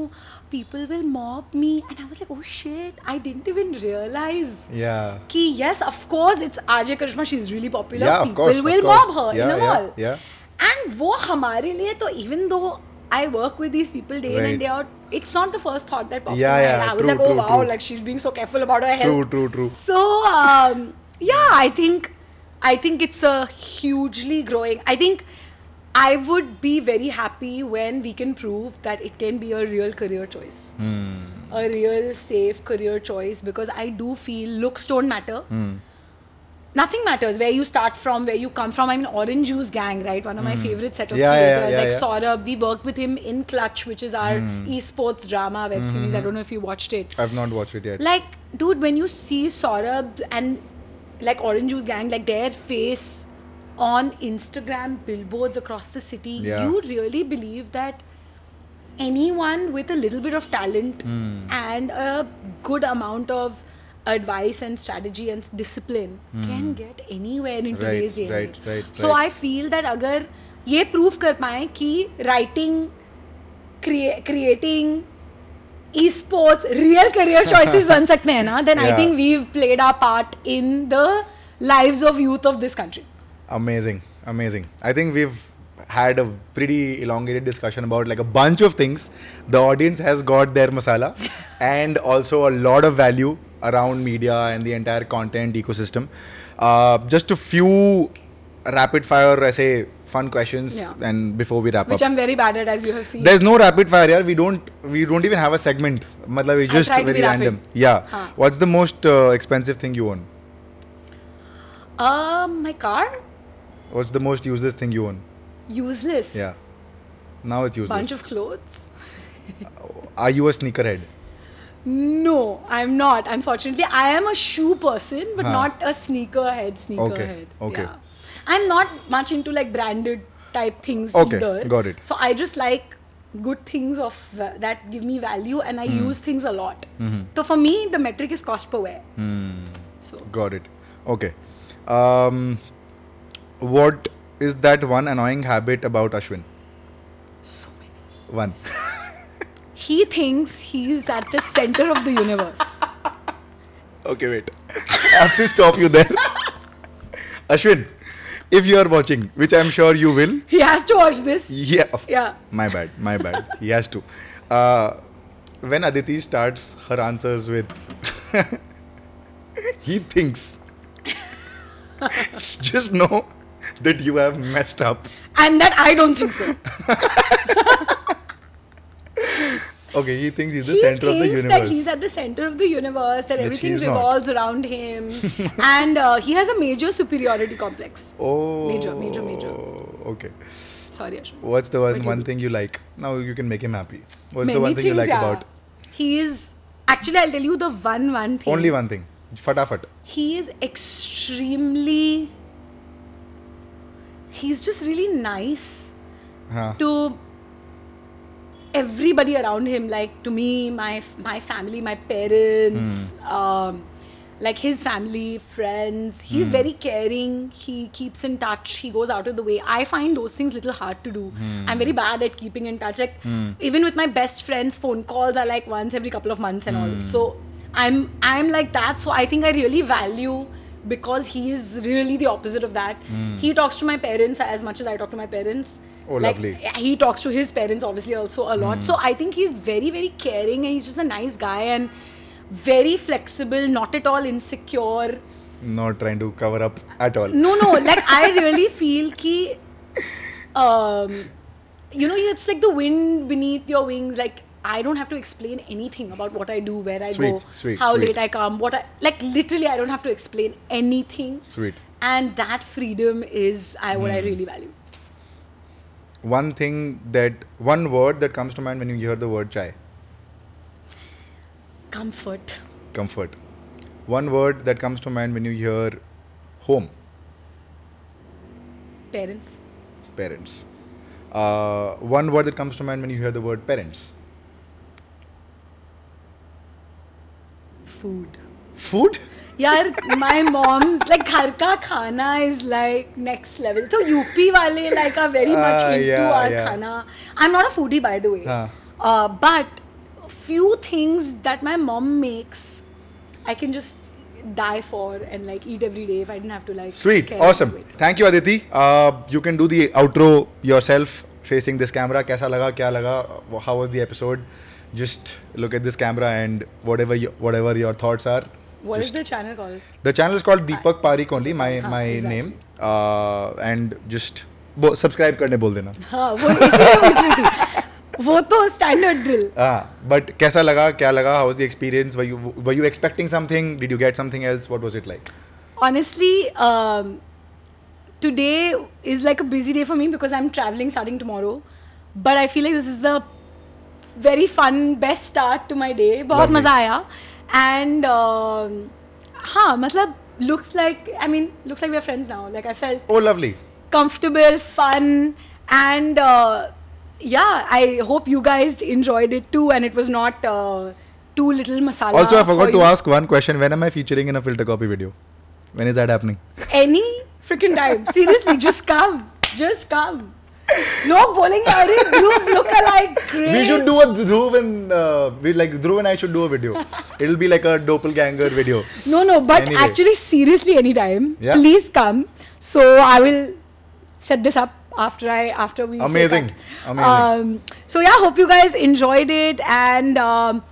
people will mob me. And I was like, oh shit, I didn't even realize.
Yeah.
Ki, yes, of course, it's RJ Karishma, she's really popular.
Yeah, of
people
course, of
will
course.
mob her in
Yeah,
a
yeah,
mall.
yeah.
And wo hamare liye, to तो even though I work with these people day in
Right.
and day out. It's not the first thought that pops
Yeah,
in my
yeah,
head. I was
true,
like, oh
true,
wow,
true.
like she's being so careful about her health.
True, true, true.
So um, yeah, I think I think it's a hugely growing. I think I would be very happy when we can prove that it can be a real career choice,
Hmm.
a real safe career choice. Because I do feel looks don't matter.
Hmm.
Nothing matters where you start from, where you come from. I mean, Orange Juice Gang, right? One of my favorite set of
Hmm. Yeah, yeah,
creators,
yeah,
like
yeah. Hmm.
Saurabh. We worked with him in Clutch, which is our esports drama web series. I don't know if you watched it.
I've not watched it yet.
Like, dude, when you see Saurabh and like Orange Juice Gang, like their face on Instagram billboards across the city,
Yeah.
you really believe that anyone with a little bit of talent
Hmm.
and a good amount of advice and strategy and discipline can get anywhere in
Hmm. Right,
today's day and
right,
age.
right,
so
right.
I feel that अगर ये prove कर पाए कि writing creating esports real career choices बन सकते हैं ना then I
Yeah.
Think we played our part in the lives of youth of this country
Amazing, amazing. I think we've had a pretty elongated discussion about like a bunch of things. The audience has got their masala and also a lot of value around media and the entire content ecosystem. Uh, just a few rapid fire, I say, fun questions,
Yeah.
and before we wrap
which
up.
i'm very bad at as you have seen
There's no rapid fire, yeah. We don't, we don't even have a segment. Matlab, it's
I
just
try to
very
be rapid.
random. Yeah.
Huh.
What's the most uh, expensive thing you own?
um my car
What's the most useless thing you own?
useless
Yeah. Now it's useless.
bunch of clothes
Are you a sneakerhead?
no i'm not unfortunately i am a shoe person but
Huh.
not a sneaker head sneaker
Okay,
head
okay.
yeah. i'm not much into like branded type things
Okay,
either
got it.
so i just like good things of va- that give me value and i
Hmm.
use things a lot
Mm-hmm.
so for me the metric is cost per wear
Hmm.
so
Got it. Okay. Um, what is that one annoying habit about Ashwin?
so many
One.
he thinks he's at the center of the universe
okay, wait. I have to stop you there. Ashwin, if you are watching, which I'm sure you will,
he has to watch this
yeah. of-
Yeah.
My bad. My bad. he has to. Uh, when Aditi starts her answers with, he thinks. Just know that you have messed up.
and that i don't think so
Okay, he thinks he's the
he
center of the
thinks
universe.
that he's at the center of the universe that
Which
everything
he's not.
revolves around him and uh, he has a major superiority complex
oh.
Major, major, major.
Okay.
sorry Ashwin.
What's the
What
one,
do
one
you-
thing you like? Now you can make him happy. What's
many
the one thing you
things
like
yeah.
about?
he is actually i'll tell you the one one thing
Only one thing. Fatafat.
he is extremely he's just really nice
Huh.
to everybody around him like to me my my family my parents
Hmm.
um, like his family friends he's
Hmm.
very caring he keeps in touch he goes out of the way i find those things little hard to do
Hmm.
i'm very bad at keeping in touch like even with my best friends phone calls are like once every couple of months and
Hmm.
all so i'm i'm like that so i think i really value because he is really the opposite of that he talks to my parents as much as i talk to my parents
Hmm. Oh,
Like,
lovely.
he talks to his parents obviously also a lot so i think he's very very caring and he's just a nice guy and very flexible not at all insecure
Not trying to cover up at all.
no no like i really feel ki um you know it's like the wind beneath your wings like i don't have to explain anything about what i do where i
Sweet,
go
sweet,
how
sweet.
late i come what i like literally i don't have to explain anything
Sweet. Hmm.
and that freedom is i what i really value
One thing that, one word that comes to mind when you hear the word chai.
comfort
Comfort. One word that comes to mind when you hear home.
parents
Parents. Uh, one word that comes to mind when you hear the word parents.
food
Food?
यार my mom's like घर का खाना is like next level तो यूपी वाले like are very much
Ah,
into
yeah,
our
yeah.
खाना I'm not a foodie by the way
Ah.
uh, but few things that my mom makes I can just die for and like eat every day if I didn't have to like
Sweet.
care about
Awesome.
it.
Thank you, Aditi. Uh, you can do the outro yourself facing this camera kaisa laga kya laga how was the episode just look at this camera and whatever you, whatever your thoughts are
What is
just-
the channel called?
the channel is called Deepak Parikh only my
हाँ,
my
exactly.
name uh, and just bo- subscribe करने बोल देना
हाँ वो इसीलिए पूछ रही थी वो तो स्टैंडर्ड ड्रिल
हाँ बट कैसा लगा क्या लगा how was the experience were you were you expecting something did you get something else what was it like
honestly um, today is like a busy day for me because i'm traveling starting tomorrow but i feel like this is the very fun best start to my day बहुत
Lovely.
मज़ा आया and um, हाँ मतलब looks like i mean looks like we are friends now like i felt
oh lovely
comfortable fun and uh, yeah i hope you guys enjoyed it too and it was not uh, too little masala
also i
for
forgot to
you.
ask one question when am i featuring in a filter copy video when is that happening
any freaking time. Seriously, just come. Just come. No bowling अरे group look alike great.
we should do a dhruv and uh, we like dhruv and i should do a video it'll be like a doppelganger video
No, no, but
Anyway.
actually seriously anytime.
Yeah.
Please come. So I will set this up after I after we say
Amazing.
cut.
Amazing.
Um, so yeah, hope you guys enjoyed it and um,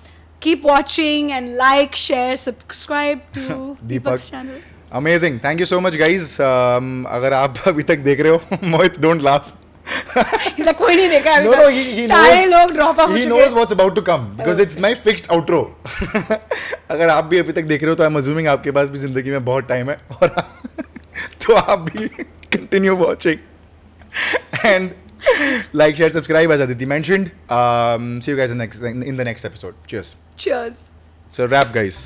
keep watching and like, share, subscribe to
Deepak.
Deepak's channel.
Amazing thank you so much guys Um, अगर आप अभी तक देख रहे हो मोहित don't laugh
He's like कोई नहीं देखा अभी
No,
तक."
no, he, he
सारे
knows,
लोग drop out हो
he
चुके
knows
हैं।
what's about to come because it's my fixed outro. अगर आप भी अभी तक देख रहे हो तो आई एम अज्यूमिंग आपके पास भी जिंदगी में बहुत टाइम है और आप- तो आप भी continue watching and like share subscribe as Aditi mentioned um see you guys in the next in the next episode cheers
Cheers.
so wrap guys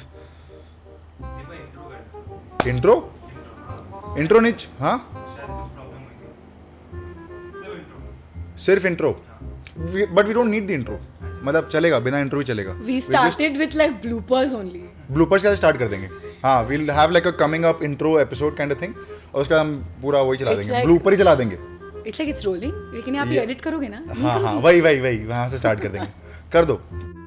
ये भाई इंट्रो कर
intro intro नहीं हाँ
शायद कुछ प्रॉब्लम हुई थी सिर्फ इंट्रो
सिर्फ intro but we don't need the intro मतलब चलेगा बिना इंट्रो भी चलेगा
We
We'll just-
started with like bloopers only.
Bloopers के साथ स्टार्ट कर देंगे हाँ we'll have like a coming up intro episode kind of thing और उसका हम पूरा वही चला
It's
देंगे
like-
ब्लूपर ही चला देंगे
It's like it's rolling. लेकिन आप
Yeah.
एडिट करोगे ना नहीं
हाँ हाँ
करोगे?
वही वही वही वहाँ से स्टार्ट कर देंगे कर दो